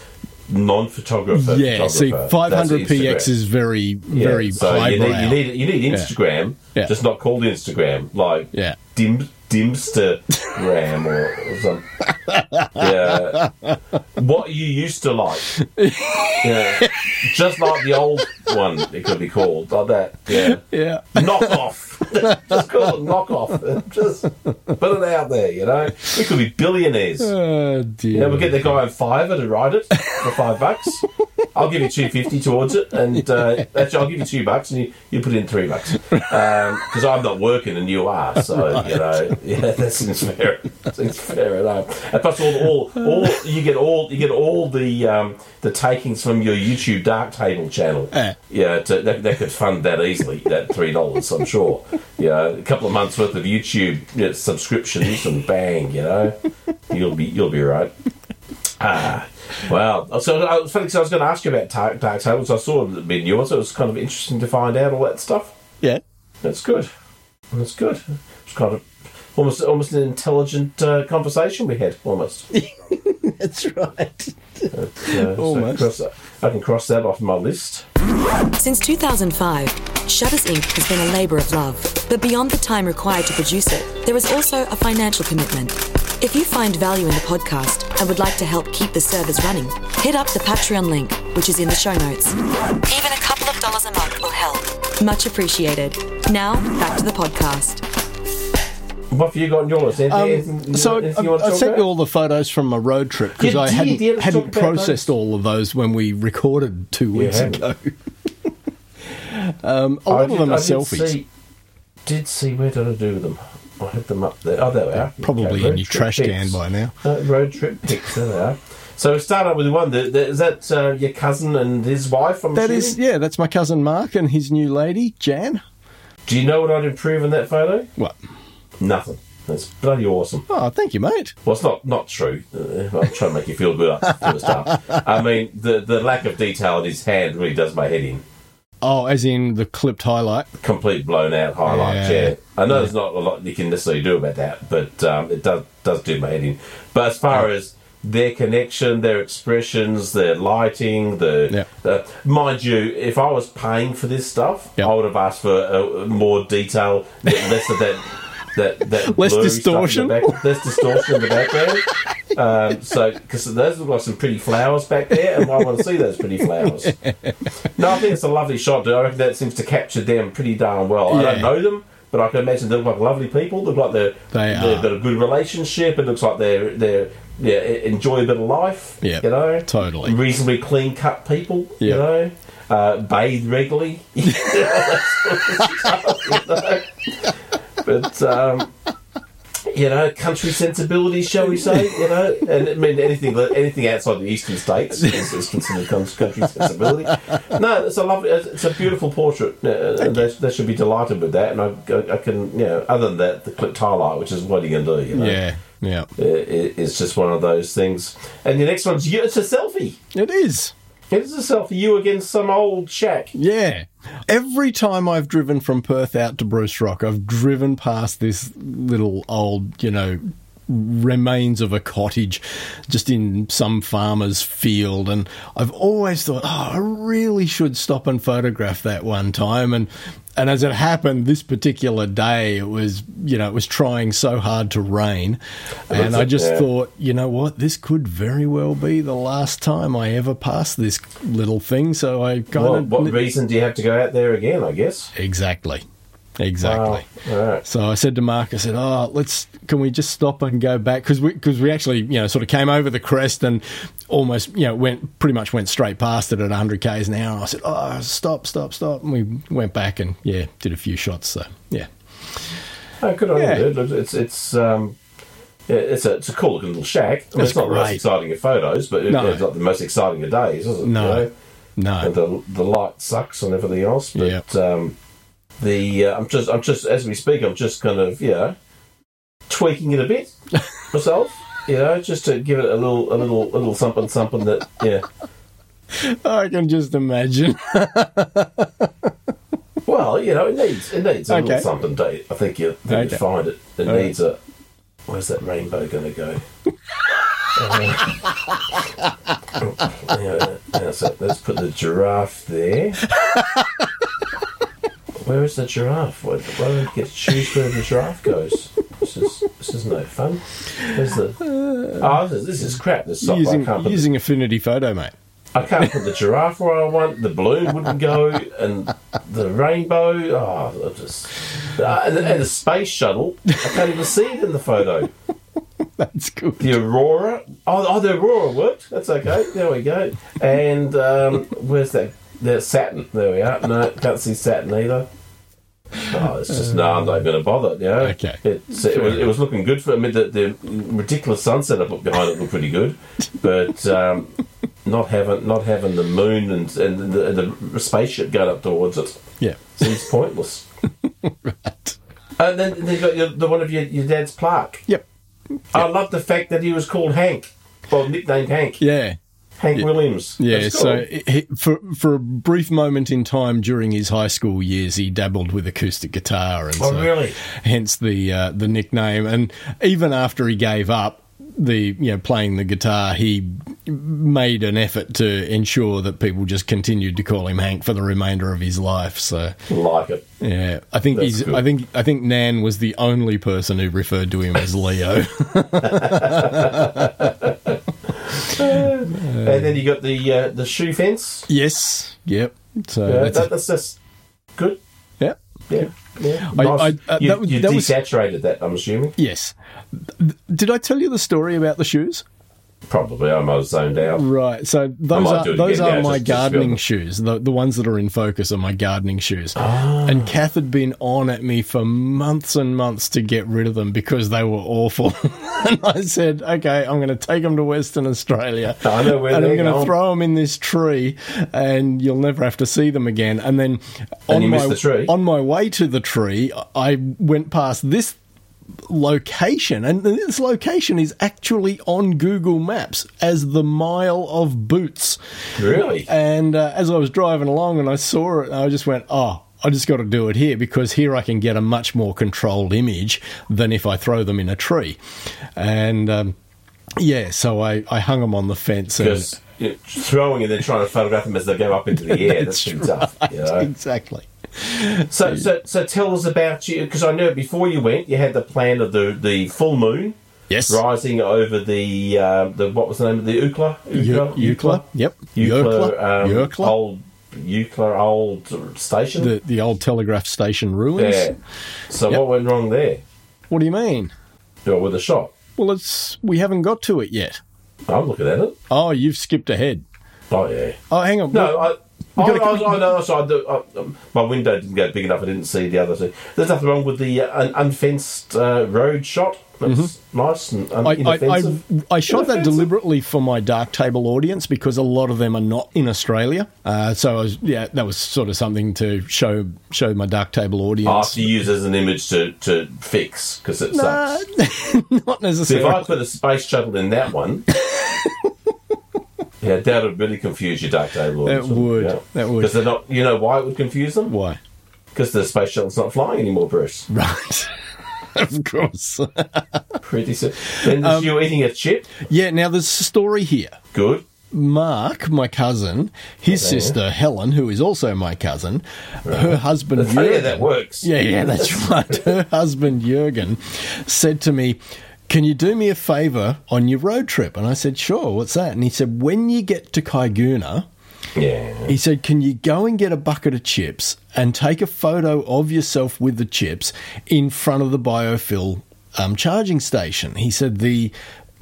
S3: non-photographer.
S2: Yeah, see,
S3: photographer. That's
S2: 500px
S3: Instagram.
S2: is very
S3: Yeah,
S2: very
S3: so you need,
S2: highbrow.
S3: you need you need Instagram,
S2: Yeah.
S3: just not called Instagram, like
S2: Yeah.
S3: dim dimstergram or, or something. yeah, what you used
S2: <laughs>
S3: to like, yeah, just like the old one. It could be called like that. Yeah,
S2: yeah.
S3: knock off. <laughs> just call it knock off. Just put it out there. You know, we could be billionaires.
S2: Oh dear.
S3: Yeah, we'll get the guy on Fiverr to write it for five bucks. I'll give you two fifty towards it, and uh, actually, I'll give you two bucks, and you, you put in three bucks because I'm not working and you are. So you know, yeah, <laughs> that seems fair. That seems fair enough. And plus, all, all all you get all you get all the um, the takings from your YouTube Dark Table channel.
S2: Eh.
S3: Yeah, to, that, that could fund that easily. That three dollars, I'm sure. Yeah, a couple of months worth of YouTube you know, subscriptions, and bang, you know, you'll be you'll be right. Ah, wow. So I was funny 'cause I was going to ask you about Dark, dark Tables. I saw it had been new, so it was kind of interesting to find out all that stuff. <laughs>
S2: Yeah.
S3: That's good. That's good. It's kind of almost almost an intelligent uh, conversation we had
S2: <laughs>
S3: almost.
S2: That's right.
S3: Yeah, so
S2: Almost.
S3: cross that- I can cross that off my list.
S1: Since 2005, Shutters Inc. has been a labour of love. But beyond the time required to produce it, there is also a financial commitment. If you find value in the podcast and would like to help keep the servers running, hit up the Patreon link, which is in the show notes. Even a couple of dollars a month will help. Much appreciated. Now, back to the podcast.
S3: What have you got on your list? Anything,
S2: <laughs>
S3: anything,
S2: Um, So
S3: anything you
S2: I,
S3: want
S2: I
S3: to
S2: sent
S3: talk
S2: you
S3: about?
S2: all the photos from my road trip because
S3: You
S2: I
S3: did,
S2: hadn't,
S3: yeah, let's talk
S2: hadn't
S3: about those.
S2: processed all of those when we recorded two weeks
S3: haven't.
S2: ago. <laughs> um, a lot of them are selfies.
S3: See, did see where did I do them? I had them up there. Oh, there we are.
S2: Probably
S3: Okay,
S2: in
S3: road
S2: your
S3: trip
S2: trash can
S3: pics.
S2: by now.
S3: Uh, road trip pics. There they are. So we start out with one. That, that, is that uh, your cousin and his wife? I'm
S2: That
S3: assuming?
S2: is, yeah, that's my cousin Mark and his new lady, Jan.
S3: Do you know what I'd improve in that photo?
S2: What?
S3: Nothing. That's bloody awesome.
S2: Oh, thank you, mate.
S3: Well, it's not not true. Uh, I'm trying to make you feel good after the
S2: <laughs>
S3: start. I mean, the the lack of detail in his hand really does my head in.
S2: Oh, as in the clipped highlight.
S3: Complete blown out highlights.
S2: Yeah.
S3: Yeah, I know there's not a lot you can necessarily do about that, but um, it does does do my head in. But as far as their connection, their expressions, their lighting, the,
S2: Yeah.
S3: the- mind you, if I was paying for this stuff,
S2: Yeah.
S3: I would have asked for uh, more detail, less of that. That,
S2: <laughs>
S3: that
S2: Less
S3: blurry
S2: distortion.
S3: Stuff in the back, less distortion in the background. Um, so, because those look like some pretty flowers back there, and I want to see those pretty flowers. No, I think it's a lovely shot, dude. I reckon that seems to capture them pretty darn well. I
S2: Yeah.
S3: don't know them, but I can imagine they look like lovely people. They look like they're,
S2: They
S3: have
S2: are.
S3: got a good relationship. It looks like they're they're yeah, e- enjoy a bit of life.
S2: Yeah,
S3: you know,
S2: totally.
S3: reasonably clean cut people.
S2: Yeah.
S3: You know. Uh, bathe
S2: <laughs>
S3: regularly, <laughs> You know, that sort of stuff, you know. but um, you know, country sensibilities, shall we say? You know, and I mean anything anything outside the eastern states is, is considered con- country sensibility. No, it's a lovely, it's it's a beautiful portrait. Uh, they, they should be delighted with that, and I, I, I can, you know, other than that, the clipped highlight, which is what are you going to do? You know,
S2: Yeah, yeah.
S3: I- i- it's just one of those things. And the next one's you. It's a selfie.
S2: It is.
S3: It is a selfie. You against some old shack.
S2: Yeah. Every time I've driven from Perth out to Bruce Rock, I've driven past this little old, you know, remains of a cottage just in some farmer's field. And I've always thought, oh, I really should stop and photograph that one time. And and as it happened, this particular day, it was, you know, it was trying so hard to rain. And I just
S3: Yeah.
S2: thought, you know what, this could very well be the last time I ever pass this little thing. So I kind
S3: Well,
S2: of.
S3: what reason do you have to go out there again? I guess.
S2: Exactly. Exactly.
S3: Wow. All right.
S2: So I said to Mark, I said, "Oh, let's can we just stop and go back because we because we actually you know sort of came over the crest and almost you know went pretty much went straight past it at 100 k's an hour." I said, "Oh, stop, stop, stop," and we went back and yeah, did a few shots. So yeah,
S3: Oh, good on
S2: Yeah.
S3: you, dude. It's it's um, yeah, it's a it's a cool looking little shack. I mean,
S2: That's
S3: it's not the most
S2: great.
S3: exciting of photos, but it-
S2: No.
S3: it's not the most exciting of days, is it?
S2: No.
S3: You know?
S2: no,
S3: And the the light sucks and everything else, but um, the uh, I'm
S2: <laughs>
S3: just I'm just as we speak, I'm just kind of yeah, tweaking it a bit myself. you know, just to give it a little, a little, a little something, something that, yeah.
S2: I can just imagine.
S3: Well, you know, it needs, it needs a
S2: Okay.
S3: little something. Dave. I think you, I think
S2: Okay.
S3: you find it. It
S2: All right.
S3: needs a. Where's that rainbow going to go? Uh, yeah, yeah, so let's put the giraffe there. Where is the giraffe? Why, why do we get to choose where the giraffe goes? This is this is no fun. Where's the? Oh, this is, this is crap. This software I
S2: using
S3: can't put
S2: using Affinity Photo, mate. <laughs>
S3: I can't put the giraffe where I want. The balloon wouldn't go, and the rainbow. Oh, I just uh, and, and the space shuttle. I can't even see it in the photo.
S2: That's cool.
S3: The aurora. Oh, oh the aurora worked. That's okay. There we go. And um, where's that? There's Saturn. There we are. No, can't see Saturn either. Oh, it's just no. I'm not going to bother. Yeah.
S2: Okay.
S3: It's, it, was, it was looking good for. I mean, the, the ridiculous sunset I put behind it looked pretty good, but um, not having not having the moon and and the, and the spaceship going up towards it
S2: Yeah.
S3: seems pointless. And then, then you got your, the one of your, your dad's plaque.
S2: Yep.
S3: I love the fact that he was called Hank, well, nicknamed Hank,
S2: Yeah.
S3: Hank Williams.
S2: Yeah,
S3: That's
S2: so
S3: cool.
S2: he, for for a brief moment in time during his high school years, he dabbled with acoustic guitar, and
S3: Oh,
S2: so
S3: really?
S2: hence the uh, the nickname. And even after he gave up the you know playing the guitar, he made an effort to ensure that people just continued to call him Hank for the remainder of his life. So
S3: like it.
S2: yeah, I think
S3: That's
S2: he's
S3: cool.
S2: I think I think Nan was the only person who referred to him as
S3: <laughs>
S2: Leo.
S3: and then you got the uh, the shoe fence.
S2: yes, yep. So
S3: Uh,
S2: that's,
S3: that, that's just good.
S2: yep.
S3: Yeah, yeah.
S2: I-
S3: Nice.
S2: I- uh,
S3: you
S2: that was-
S3: you
S2: that was-
S3: desaturated that, I'm assuming.
S2: Yes. Th- Did I tell you the story about the shoes?
S3: Probably, I might have zoned out.
S2: Right. So those
S3: might
S2: are
S3: do it
S2: those
S3: again
S2: are
S3: now,
S2: my
S3: just- just to be
S2: gardening
S3: honest.
S2: shoes. The the ones that are in focus are my gardening shoes.
S3: Ah.
S2: And Kath had been on at me for months and months to get rid of them because they were awful. <laughs> and I said, "Okay, I'm going to take them to Western Australia.
S3: I know where
S2: and I'm
S3: they're
S2: going to
S3: going."
S2: throw them in this tree, and you'll never have to see them again." And then on
S3: you
S2: my
S3: missed the tree.
S2: on my way to the tree, I went past this location, and this location is actually on Google Maps as the Mile of Boots.
S3: Really?
S2: And uh, as I was driving along and I saw it, I just went, oh. I just got to do it here because here I can get a much more controlled image than if I throw them in a tree. And um, yeah, so I, I hung them on the fence. And,
S3: Because you know, throwing and then trying to photograph them as they go up into the air, that's pretty tough. You
S2: <laughs>
S3: know?
S2: exactly.
S3: so, so, so tell us about you, because I know before you went, you had the plan of the, the full moon
S2: Yes.
S3: rising over the, uh, the what was the name of the Ukla?
S2: Yu- Eucla? Yep.
S3: Eucla. Um,
S2: Eucla.
S3: Old Eucla, old station.
S2: The, the old telegraph station ruins.
S3: yeah. So
S2: Yep.
S3: what went wrong there?
S2: What do you mean?
S3: Yeah, with the shot.
S2: Well, it's we haven't got to it yet.
S3: I'm looking at it.
S2: Oh, you've skipped ahead.
S3: Oh, yeah.
S2: Oh, hang on.
S3: No, I. I,
S2: gotta-
S3: I, I, no, so I, do- I, um, my window didn't go big enough. I didn't see the other thing. There's nothing wrong with the uh, un- unfenced uh, road shot. That's nice and un-
S2: Mm-hmm. I, I, I,
S3: inoffensive.
S2: I shot that
S3: Inoffensive.
S2: deliberately for my dark table audience because a lot of them are not in Australia. Uh, so I was, yeah, that was sort of something to show show my dark table
S3: I
S2: audience.
S3: have to use as an image to, to fix because it
S2: Uh, <laughs>
S3: sucks.
S2: not
S3: See, if I
S2: necessarily.
S3: put a space shuttle in that
S2: <laughs>
S3: one, yeah, that would really confuse your dark day lord.
S2: That would, that would.
S3: Because they're not. You know why it would confuse them?
S2: Why? <laughs>
S3: Because the space shuttle's not flying anymore, Bruce.
S2: Right. <laughs> of course.
S3: Pretty. si- Then
S2: Um,
S3: there's you eating a chip.
S2: yeah. Now there's a story here.
S3: Good.
S2: Mark, my cousin, his
S3: Okay.
S2: sister Helen, who is also my cousin, her husband.
S3: Oh, yeah, that
S2: Jürgen-
S3: works.
S2: Yeah, yeah,
S3: <laughs>
S2: that's right. Her husband Jurgen said to me, "Can you do me a favour on your road trip?" And I said, "Sure. What's that?" And he said, "When you get to Kaiguna,
S3: Yeah.
S2: he said, "Can you go and get a bucket of chips and take a photo of yourself with the chips in front of the biofill um, charging station?" He said the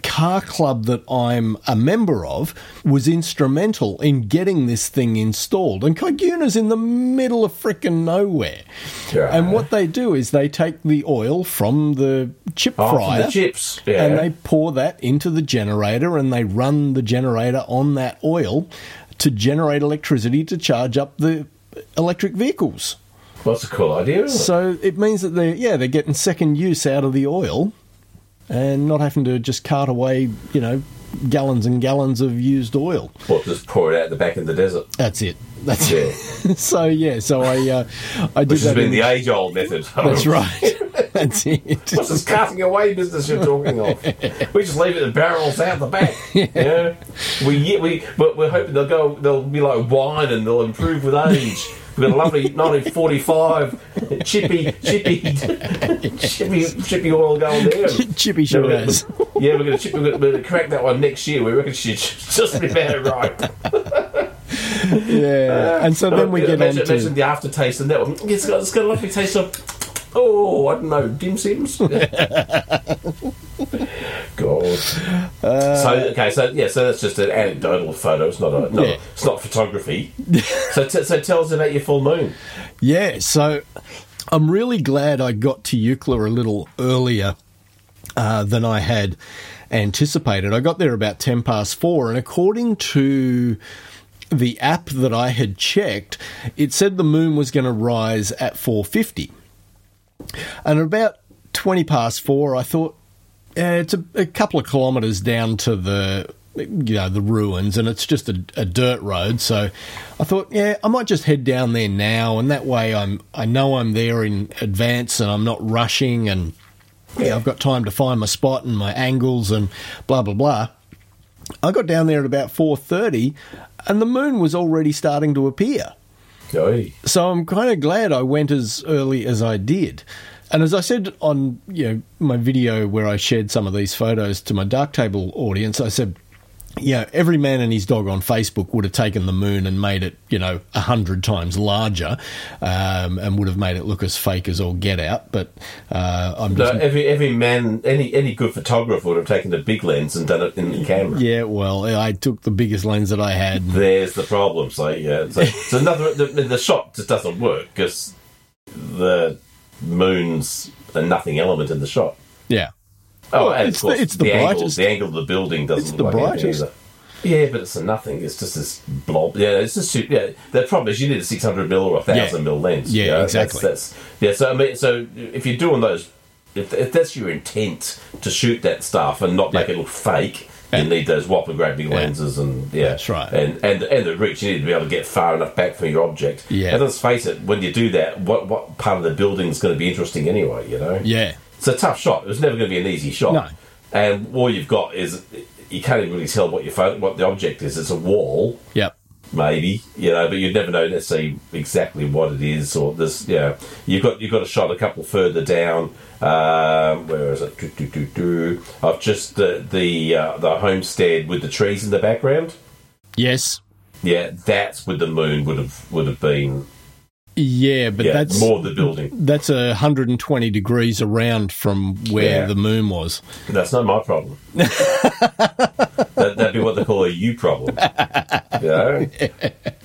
S2: car club that I'm a member of was instrumental in getting this thing installed, and Kaiguna's in the middle of frickin' nowhere.
S3: Yeah.
S2: And what they do is they take the oil from the chip
S3: Oh, from
S2: fryer
S3: the chips. Yeah.
S2: and they pour that into the generator and they run the generator on that oil to generate electricity to charge up the electric vehicles.
S3: Well, that's a cool idea, isn't it?
S2: So it means that they're yeah, they're getting second use out of the oil. and not having to just cart away, you know, gallons and gallons of used oil.
S3: Or just pour it out the back in
S2: <laughs>
S3: the desert.
S2: That's it. That's
S3: Yeah.
S2: it. <laughs> so yeah, so I uh, I did
S3: Which has
S2: that.
S3: been
S2: in-
S3: the age old method.
S2: <laughs> that's right. <laughs> That's it.
S3: What's this carting away business you're talking of? We just leave it in barrels out the back. Yeah. We We we but we're hoping they'll go they'll be like wine and they'll improve with age. We've got a lovely 1945 chippy chippy chippy chippy oil going there.
S2: Chippy sure
S3: Yeah, we-
S2: has.
S3: Yeah, we're gonna, chip, we're gonna we're gonna crack that one next year. We reckon she'd <laughs> just be about right.
S2: Yeah. And so then we get on
S3: imagine, imagine
S2: to
S3: the aftertaste and that one. It's got, it's got a lovely taste of, oh, I don't know,
S2: <laughs>
S3: dim sims. <laughs> God.
S2: Uh,
S3: so okay, so yeah, so that's just an anecdotal photo. It's not a, not,
S2: Yeah.
S3: it's not photography. <laughs> so t- so tell us about your full moon.
S2: Yeah, so I'm really glad I got to Eucla a little earlier uh, than I had anticipated. I got there about 10 past four, and according to the app that I had checked, it said the moon was going to rise at 450. And at about 20 past four, I thought eh, it's a, a couple of kilometres down to the you know the ruins and it's just a, a dirt road so i thought yeah i might just head down there now and that way i'm i know i'm there in advance and i'm not rushing and yeah i've got time to find my spot and my angles and blah blah blah i got down there at about 4.30 and the moon was already starting to appear
S3: Oi.
S2: so I'm kind of glad I went as early as I did. And as I said on you know my video where I shared some of these photos to my dark table audience, I said, you know, every man and his dog on Facebook would have taken the moon and made it you know a hundred times larger, um, and would have made it look as fake as all get out. But uh, I'm
S3: No,
S2: just
S3: every every man, any any good photographer would have taken the big lens and done it in the camera.
S2: yeah, well, I took the biggest lens that I had.
S3: There's the problem. So yeah, so, so another the, the shot just doesn't work because the moon's a nothing element in the shot.
S2: Yeah,
S3: Oh,
S2: Well,
S3: and
S2: it's
S3: of course,
S2: the- it's the
S3: angle,
S2: brightest.
S3: the angle of the building doesn't
S2: It's the
S3: look like anything
S2: brightest.
S3: either. Yeah, but it's a nothing. It's just this blob. Yeah, it's just too- yeah. The problem is you need a six hundred mil or a thousand mil lens.
S2: Yeah,
S3: you know,
S2: exactly.
S3: That's, that's yeah. So I mean, so if you're doing those, if, if that's your intent to shoot that stuff and not make
S2: Yeah.
S3: it look fake.
S2: Yeah.
S3: You need those whopping great big lenses, and yeah,
S2: That's right.
S3: And and and the reach you need to be able to get far enough back from your object.
S2: Yeah.
S3: And let's face it, when you do that, what what part of the building is going to be interesting anyway? You know.
S2: yeah,
S3: It's a tough shot. It was never going to be an easy shot.
S2: No.
S3: And all you've got is you can't even really tell what your photo, what the object is. It's a wall,
S2: yep.
S3: maybe you know, but you'd never know necessarily exactly what it is or this. Yeah, you've got you've got a shot a couple further down. Um, where is it? Do, do, do, do. Of just the the uh, the homestead with the trees in the background.
S2: Yes.
S3: Yeah, that's where the moon would have would have been.
S2: Yeah, but
S3: Yeah,
S2: that's
S3: more the building.
S2: that's a 120 degrees around from where
S3: Yeah.
S2: the moon was.
S3: That's not my
S2: <laughs>
S3: problem. that, that'd be what they call a you
S2: <laughs>
S3: problem. You know?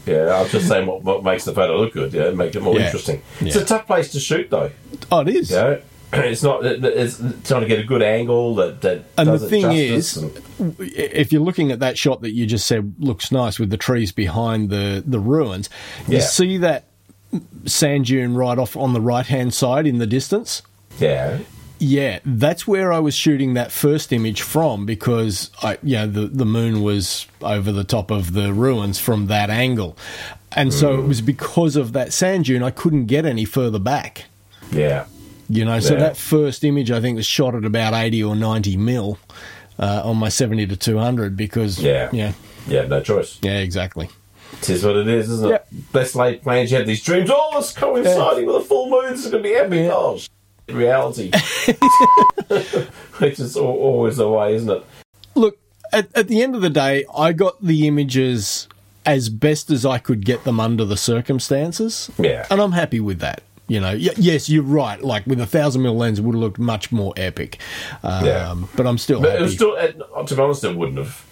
S3: Yeah, I'm just saying what, what makes the photo look good. Yeah, make it more
S2: Yeah.
S3: interesting. It's
S2: Yeah.
S3: a tough place to shoot, though.
S2: Oh, it is.
S3: You know? <clears throat> It's not. it- It's trying to get a good angle that. that
S2: And
S3: does
S2: the
S3: it
S2: thing is,
S3: justice and-
S2: w- if you're looking at that shot that you just said looks nice with the trees behind the the ruins, you
S3: Yeah.
S2: see that sand dune right off on the right hand side in the distance.
S3: yeah,
S2: Yeah, that's where I was shooting that first image from because I, you know, the the moon was over the top of the ruins from that angle, and so
S3: Mm.
S2: it was because of that sand dune I couldn't get any further back.
S3: yeah,
S2: You know, so
S3: Yeah.
S2: that first image I think was shot at about eighty or ninety mil uh, on my seventy to two hundred because
S3: Yeah.
S2: yeah,
S3: yeah. No choice.
S2: yeah, exactly.
S3: It is what it is, isn't
S2: Yep.
S3: it? Best laid plans. You have these dreams. Oh, it's coinciding with a full moon. This is going to be epic.
S2: Yeah.
S3: Oh, sh-
S2: <laughs>
S3: reality. <laughs> Which is al- always the way, isn't it?
S2: Look, at, at the end of the day, I got the images as best as I could get them under the circumstances.
S3: Yeah.
S2: and I'm happy with that. You know, y- yes, you're right. Like with a thousand mil lens, it would have looked much more epic. Um,
S3: Yeah.
S2: but I'm still
S3: But it
S2: happy.
S3: was still, and to be honest, it wouldn't have.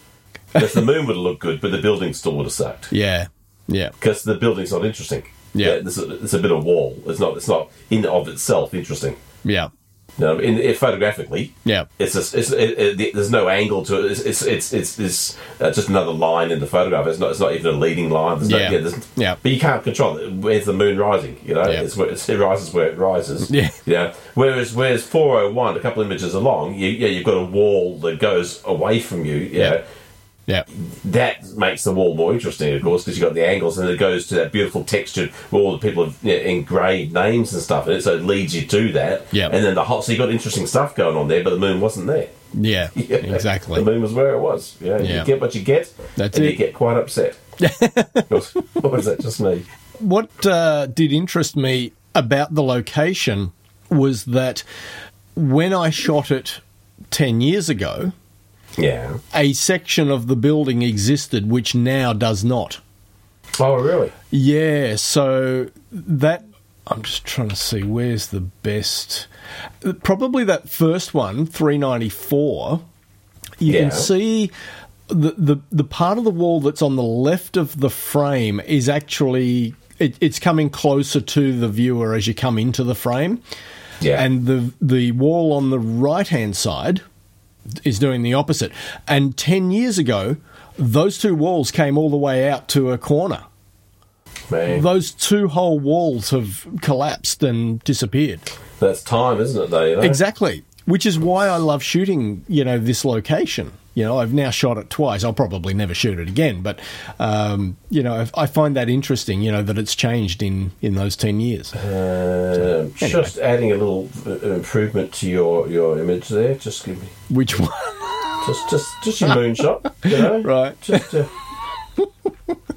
S3: Because the moon would have looked good, but the building still would have sucked.
S2: yeah, yeah,
S3: Because the building's not interesting.
S2: Yeah.
S3: it's, a, it's a bit of wall. It's not. It's not in of itself interesting.
S2: yeah.
S3: You know, in, in photographically,
S2: Yeah.
S3: it's just, it's it, it, there's no angle to it. It's it's it's, it's this uh, just another line in the photograph. It's not it's not even a leading line. There's
S2: Yeah.
S3: No, there's-
S2: Yeah.
S3: But you can't control it. Where's the moon rising? You know,
S2: Yeah.
S3: it's where it's, it rises where it rises.
S2: Yeah.
S3: You know? Whereas whereas 401, a couple images along, you, yeah, you've got a wall that goes away from you. you
S2: Yeah.
S3: know.
S2: Yeah.
S3: that makes the wall more interesting, of course, because you've got the angles and it goes to that beautiful textured where all the people have you know, engraved names and stuff. And so it leads you to that.
S2: Yeah.
S3: And then the hot, so you've got interesting stuff going on there, but the moon wasn't there.
S2: Yeah.
S3: <laughs> <laughs> Yeah.
S2: Exactly.
S3: The moon was where it was. Yeah.
S2: Yeah.
S3: You get what you get,
S2: That's
S3: and
S2: it.
S3: you get
S2: <laughs>
S3: quite upset. Because- what is that? Just me.
S2: what uh, did interest me about the location was that when I shot it 10 years ago,
S3: Yeah.
S2: a section of the building existed which now does not.
S3: Oh, really?
S2: Yeah, so that. I'm just trying to see where's the best. Probably that first one, 394. You
S3: Yeah.
S2: can see the, the the part of the wall that's on the left of the frame is actually it, it's coming closer to the viewer as you come into the frame,
S3: Yeah.
S2: and the the wall on the right hand side is doing the opposite. And ten years ago, those two walls came all the way out to a corner
S3: Man.
S2: those two whole walls have collapsed and disappeared.
S3: That's time, isn't it, though? You know?
S2: Exactly. Which is why I love shooting, you know, this location. You know, I've now shot it twice. I'll probably never shoot it again, but um, you know, I, I find that interesting. You know that it's changed in in those ten years.
S3: Uh, Um, Just adding a little uh, improvement to your, your image there. Just give me.
S2: Which <laughs> one?
S3: Just, just,
S2: <laughs>
S3: just your moonshot, you know?
S2: Right.
S3: Just, uh,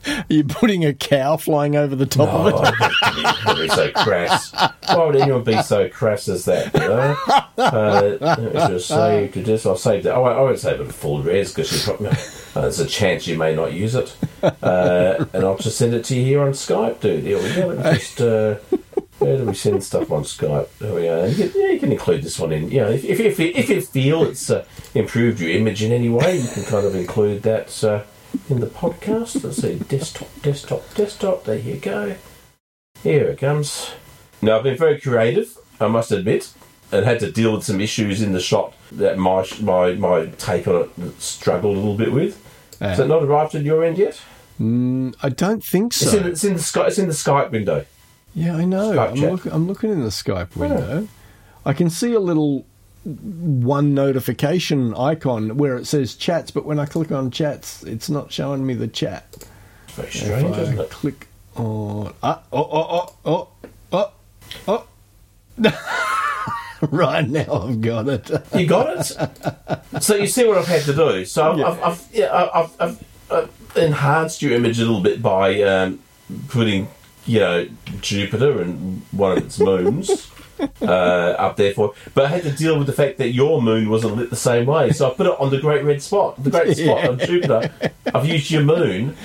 S2: Are you putting a cow flying over the top of it?
S3: oh, don't be so crass. Why would anyone be so crass as that, you know? Uh, it was saved, it is, I'll save that. I won't, I won't save it in full res because you probably, uh, there's a chance you may not use it. Uh, and I'll just send it to you here on Skype, dude. Here we go. Let me just. Uh, where do we send stuff on Skype? There we are. You can, yeah, you can include this one in. You know, if, if, if, if you feel it's uh, improved your image in any way, you can kind of include that uh, in the podcast. Let's see, desktop, desktop, desktop. There you go. Here it comes. Now, I've been very creative, I must admit, and had to deal with some issues in the shot that my my, my take on it struggled a little bit with.
S2: Yeah.
S3: Has it not arrived at your end yet?
S2: Mm, I don't think
S3: It's, in,
S2: so.
S3: it's in the Skype. It's in the Skype window.
S2: Yeah, I know.
S3: Skype
S2: I'm,
S3: chat.
S2: look, I'm looking in the Skype window. I can see a little one notification icon where it says chats, but when I click on chats, it's not showing me the chat.
S3: It's very
S2: If
S3: strange,
S2: I
S3: isn't it?
S2: Click on. Ah, oh, oh, oh, oh, oh, oh. <laughs> right now I've got it.
S3: You got
S2: <laughs>
S3: it. so you see what I've had to do. So I've, I've, I've, yeah, I- I've, I've, I've enhanced your image a little bit by um, putting, you know, Jupiter and one of
S2: <laughs>
S3: its moons. <laughs> Uh, up there for, but I had to deal with the fact that your moon wasn't lit the same way, so I put it on the Great Red Spot, the Great Spot on Jupiter. I've used your moon,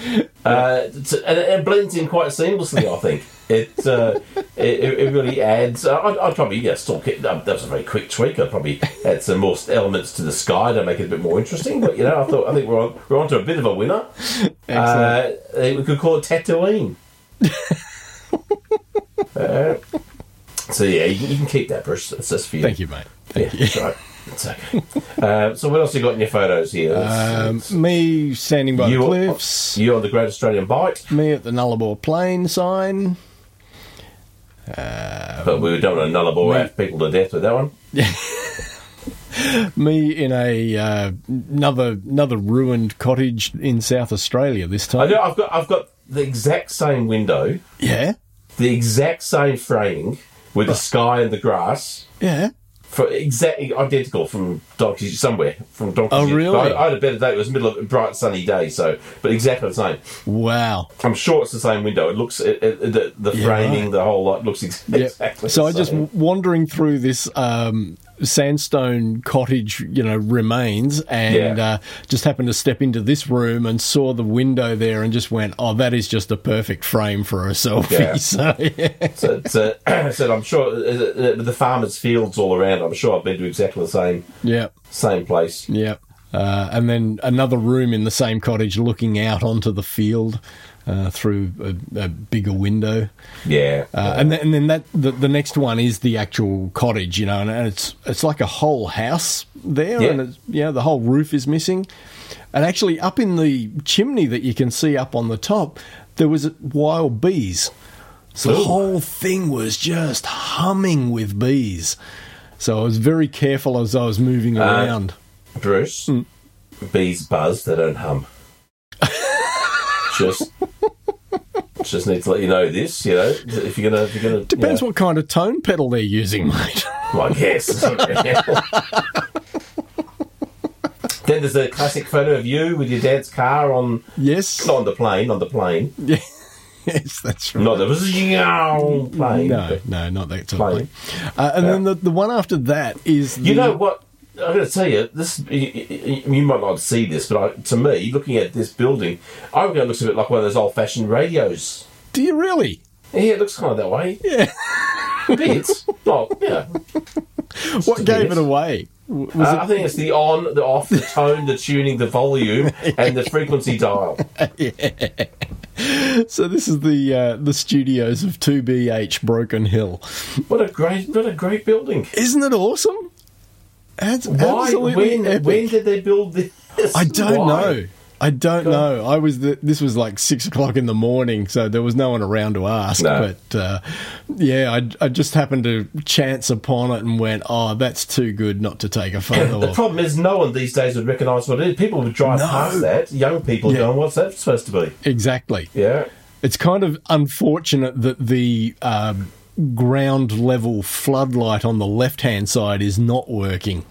S3: uh, to, and it, it blends in quite seamlessly. I think it uh, it, it really adds. Uh, I'd, I'd probably yeah still get um, that was a very quick tweak. I'd probably add some more elements to the sky to make it a bit more interesting. But you know, I thought I think we're on we're onto a bit of a winner. Uh, we could call
S2: <laughs>
S3: it Tatooine. Uh, so yeah, you, can- you can keep that, Bruce. That's just for you.
S2: Thank you, mate.
S3: Yeah,
S2: Thank you.
S3: that's right. It's okay. Uh, so what else you got in your photos here?
S2: Um, me standing by
S3: you
S2: the
S3: on-
S2: cliffs.
S3: you on the Great Australian Bike,
S2: me at the Nullarbor Plain sign. Um,
S3: but we don't want to nullable half people to death with that one.
S2: me in a uh, another another ruined cottage in South Australia this
S3: I
S2: time.
S3: know I've got I've got the exact same window,
S2: Yeah,
S3: the exact same framing with
S2: Oh.
S3: the sky and the grass.
S2: yeah.
S3: For exactly identical from Donkey somewhere from Donkey.
S2: Oh, really?
S3: I, I had a better day. It was middle of bright sunny day, so but exactly the same.
S2: Wow.
S3: I'm sure it's the same window. It looks it, it, the, the
S2: Yeah,
S3: framing,
S2: right.
S3: the whole lot looks <laughs> ex-
S2: Yeah.
S3: exactly.
S2: So
S3: the
S2: I just
S3: same.
S2: w- wandering through this um, sandstone cottage, you know, remains, and
S3: Yeah.
S2: uh, just happened to step into this room and saw the window there, and just went, "Oh, that is just a perfect frame for a selfie." <laughs>
S3: Yeah.
S2: So yeah.
S3: So it's, uh, <clears throat> so I'm sure uh, uh, the farmers' fields all around. I'm sure I've been to exactly the same
S2: yeah.
S3: same place.
S2: Yep. Uh, and then another room in the same cottage looking out onto the field. uh, through a, a bigger window.
S3: Yeah.
S2: Uh, and then, and then that the, the next one is the actual cottage, you know, and, and it's it's like a whole house there,
S3: Yeah.
S2: and it's, yeah, the whole roof is missing. And actually, up in the chimney that you can see up on the top, there was wild bees. So the
S3: Ooh.
S2: whole thing was just humming with bees. So I was very careful as I was
S3: Uh,
S2: moving around.
S3: Bruce,
S2: hmm.
S3: bees buzz, they don't
S2: <laughs>
S3: hum. just, just need to let you know this. You know, if you're gonna, if you're gonna,
S2: Depends
S3: you
S2: what kind of tone pedal they're using, <laughs> mate.
S3: know, I guess. then there's a classic photo of you with your dad's car on,
S2: yes, <laughs>
S3: not on the plane, on the plane,
S2: yes, that's right.
S3: not the plane.
S2: No,
S3: but-
S2: no, not that
S3: Play.
S2: totally. Uh, and then the, the one after that is the,
S3: You know what? I'm going to tell you this. You, you- you might not see this, but I, to me, looking at this building, I reckon it looks a bit like one of those old-fashioned radios.
S2: Do you really?
S3: Yeah, it looks kind of that way. Yeah. A bit. Well, yeah.
S2: What gave
S3: yes.
S2: it away? W- Was
S3: Uh, I think it's the on, the off, the tone, the tuning,
S2: <laughs>
S3: the volume, and the frequency dial.
S2: it, so this is the uh, the studios of Two BH Broken Hill.
S3: What a great, what a great building.
S2: Isn't it awesome? That's
S3: Why?
S2: absolutely
S3: When?
S2: epic.
S3: When did they build this?
S2: I don't
S3: Why?
S2: know. I don't know. I was the, this was like six o'clock in the morning, so there was no one around to ask.
S3: No.
S2: But uh, yeah, I, I just happened to chance upon it and went, "Oh, that's too good not to
S3: <coughs>
S2: take a photo
S3: The
S2: of."
S3: problem is, no one these days would recognise what it is. People would drive
S2: Oh. No.
S3: past that. Young people
S2: Yeah.
S3: going, "What's that supposed to be?"
S2: Exactly.
S3: Yeah.
S2: It's kind of unfortunate that the um, ground level floodlight on the left hand side is not working.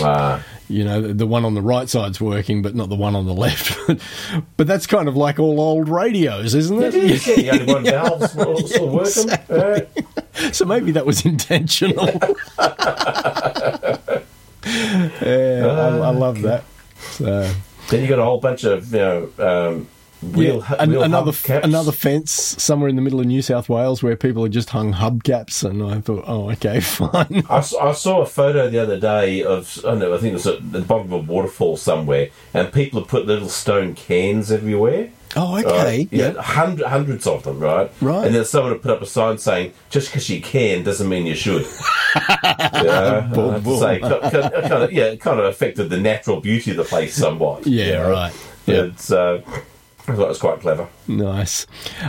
S3: Ah.
S2: You know, the- the one on the right side's working, but not the one on the left. <laughs> but that's kind of like all old radios, isn't
S3: It
S2: it?
S3: is, yeah, the
S2: <laughs>
S3: only one valve's still, still working. Yeah.
S2: so maybe that was <laughs> intentional. yeah, I, I love that. So,
S3: Then you got a whole bunch of you know um, wheel,
S2: yeah, an-
S3: wheel
S2: another
S3: hubcaps.
S2: another fence somewhere in the middle of New South Wales where people had just hung hubcaps, and I thought, oh, okay, <laughs> fine.
S3: I, s- I saw a photo the other day of I don't know I think it was at the bottom of a waterfall somewhere, and people had put little stone cans everywhere.
S2: Oh,
S3: right?
S2: okay,
S3: yeah,
S2: yeah.
S3: hundred, hundreds of them, right?
S2: Right.
S3: And then someone had put up a sign saying, "Just because you can doesn't mean
S2: <laughs>
S3: you should." yeah,
S2: Boom,
S3: I have to
S2: boom.
S3: say, kind of, kind of, yeah, it kind of affected the natural beauty of the place somewhat.
S2: Yeah,
S3: you know?
S2: right. Yeah.
S3: It's, uh, I thought it was quite clever.
S2: Nice.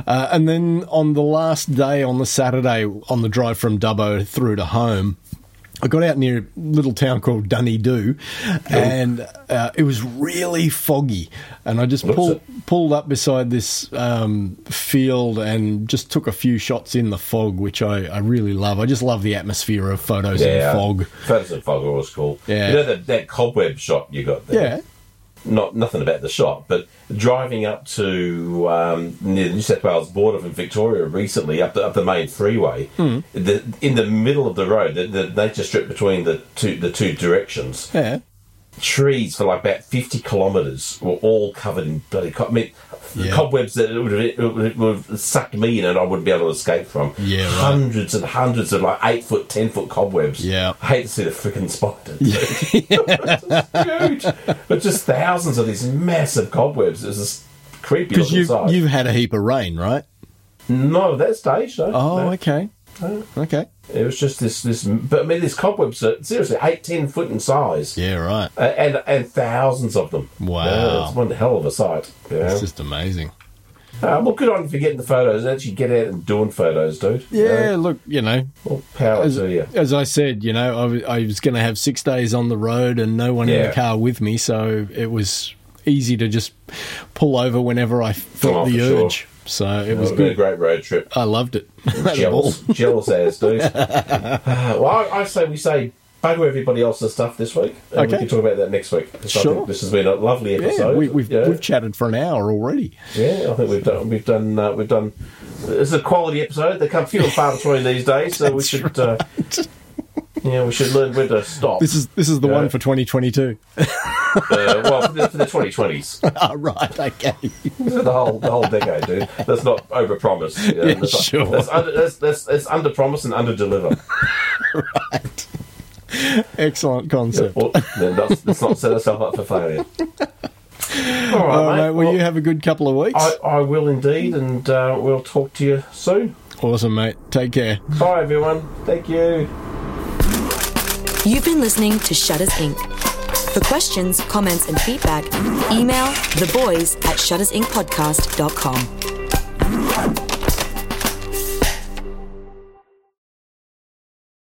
S2: Uh, and then on the last day, on the Saturday, on the drive from Dubbo through to home, I got out near a little town called Dunny Doo, and uh, it was really foggy. And I just
S3: What's
S2: pulled pulled up beside this um, field and just took a few shots in the fog, which I, I really love. I just love the atmosphere of photos in fog.
S3: Photos in fog are always cool.
S2: Yeah.
S3: You know that, that cobweb shot you got there?
S2: Yeah.
S3: Not nothing about the shop, but driving up to um, near the New South Wales border from Victoria recently, up the, up the main freeway, the, in the middle of the road, the, the nature strip between the two the two directions,
S2: Yeah.
S3: trees for like about fifty kilometres were all covered in bloody co- I mean,
S2: Yeah.
S3: cobwebs that it would, have, it would would have sucked me in and I wouldn't be able to escape from.
S2: Yeah, right.
S3: hundreds and hundreds of like eight foot, ten foot cobwebs.
S2: Yeah.
S3: I hate to see the freaking spider. <laughs> It's huge. But just thousands of these massive cobwebs. It's just creepy
S2: Because
S3: looking
S2: you
S3: sight.
S2: you've had a heap of rain, right?
S3: No, at that stage, no.
S2: Oh,
S3: no.
S2: okay. Okay.
S3: It was just this, this. But I mean, these cobwebs are seriously eight, ten foot in size.
S2: Yeah. Right.
S3: Uh, and and thousands of them.
S2: Wow.
S3: Yeah, it's one hell of a sight. Yeah.
S2: It's just amazing.
S3: Uh, well, good on you for getting the photos. Actually, get out and doing photos, dude.
S2: Yeah, look, you know,
S3: Well, power
S2: as,
S3: to you.
S2: as I said, you know, I was, I was going to have six days on the road and no one in
S3: Yeah.
S2: the car with me, so it was easy to just pull over whenever I
S3: Oh,
S2: felt
S3: for
S2: the
S3: sure.
S2: urge. So it was
S3: It's been a
S2: good.
S3: great road trip.
S2: I loved it. <laughs> Had a ball.
S3: Jealous, jealous as,
S2: <laughs>
S3: dude. Ah, well, I, I say we say bugger everybody else's stuff this week, and
S2: Okay.
S3: we can talk about that next week. 'cause I
S2: Sure.
S3: think this has been a lovely
S2: Yeah,
S3: episode.
S2: we, we've,
S3: yeah,
S2: we've chatted for an hour already.
S3: Yeah, I think we've done. We've done. Uh, we've done. It's a quality episode. They come few and far between these days, so
S2: <laughs>
S3: we
S2: That's
S3: should. Uh, yeah, we should learn when to stop.
S2: This is this is the
S3: Yeah.
S2: one for <laughs> 2022.
S3: uh, well for the, for the 2020s.
S2: oh, right, okay.
S3: the whole the whole decade, dude. Let's not overpromise. You know,
S2: Yeah,
S3: that's not-
S2: sure.
S3: That's under, that's, that's, that's under promise and under deliver.
S2: Excellent concept.
S3: well, then that's, let's not set ourselves up for failure. All right,
S2: All right,
S3: mate.
S2: mate. Well, you have a good couple of weeks.
S3: I, I will indeed, and uh, we'll talk to you soon.
S2: awesome, mate. Take care.
S3: Bye, everyone. Thank you.
S1: You've been listening to Shutters Inc. For questions, comments, and feedback, email theboys at shuttersincpodcast.com.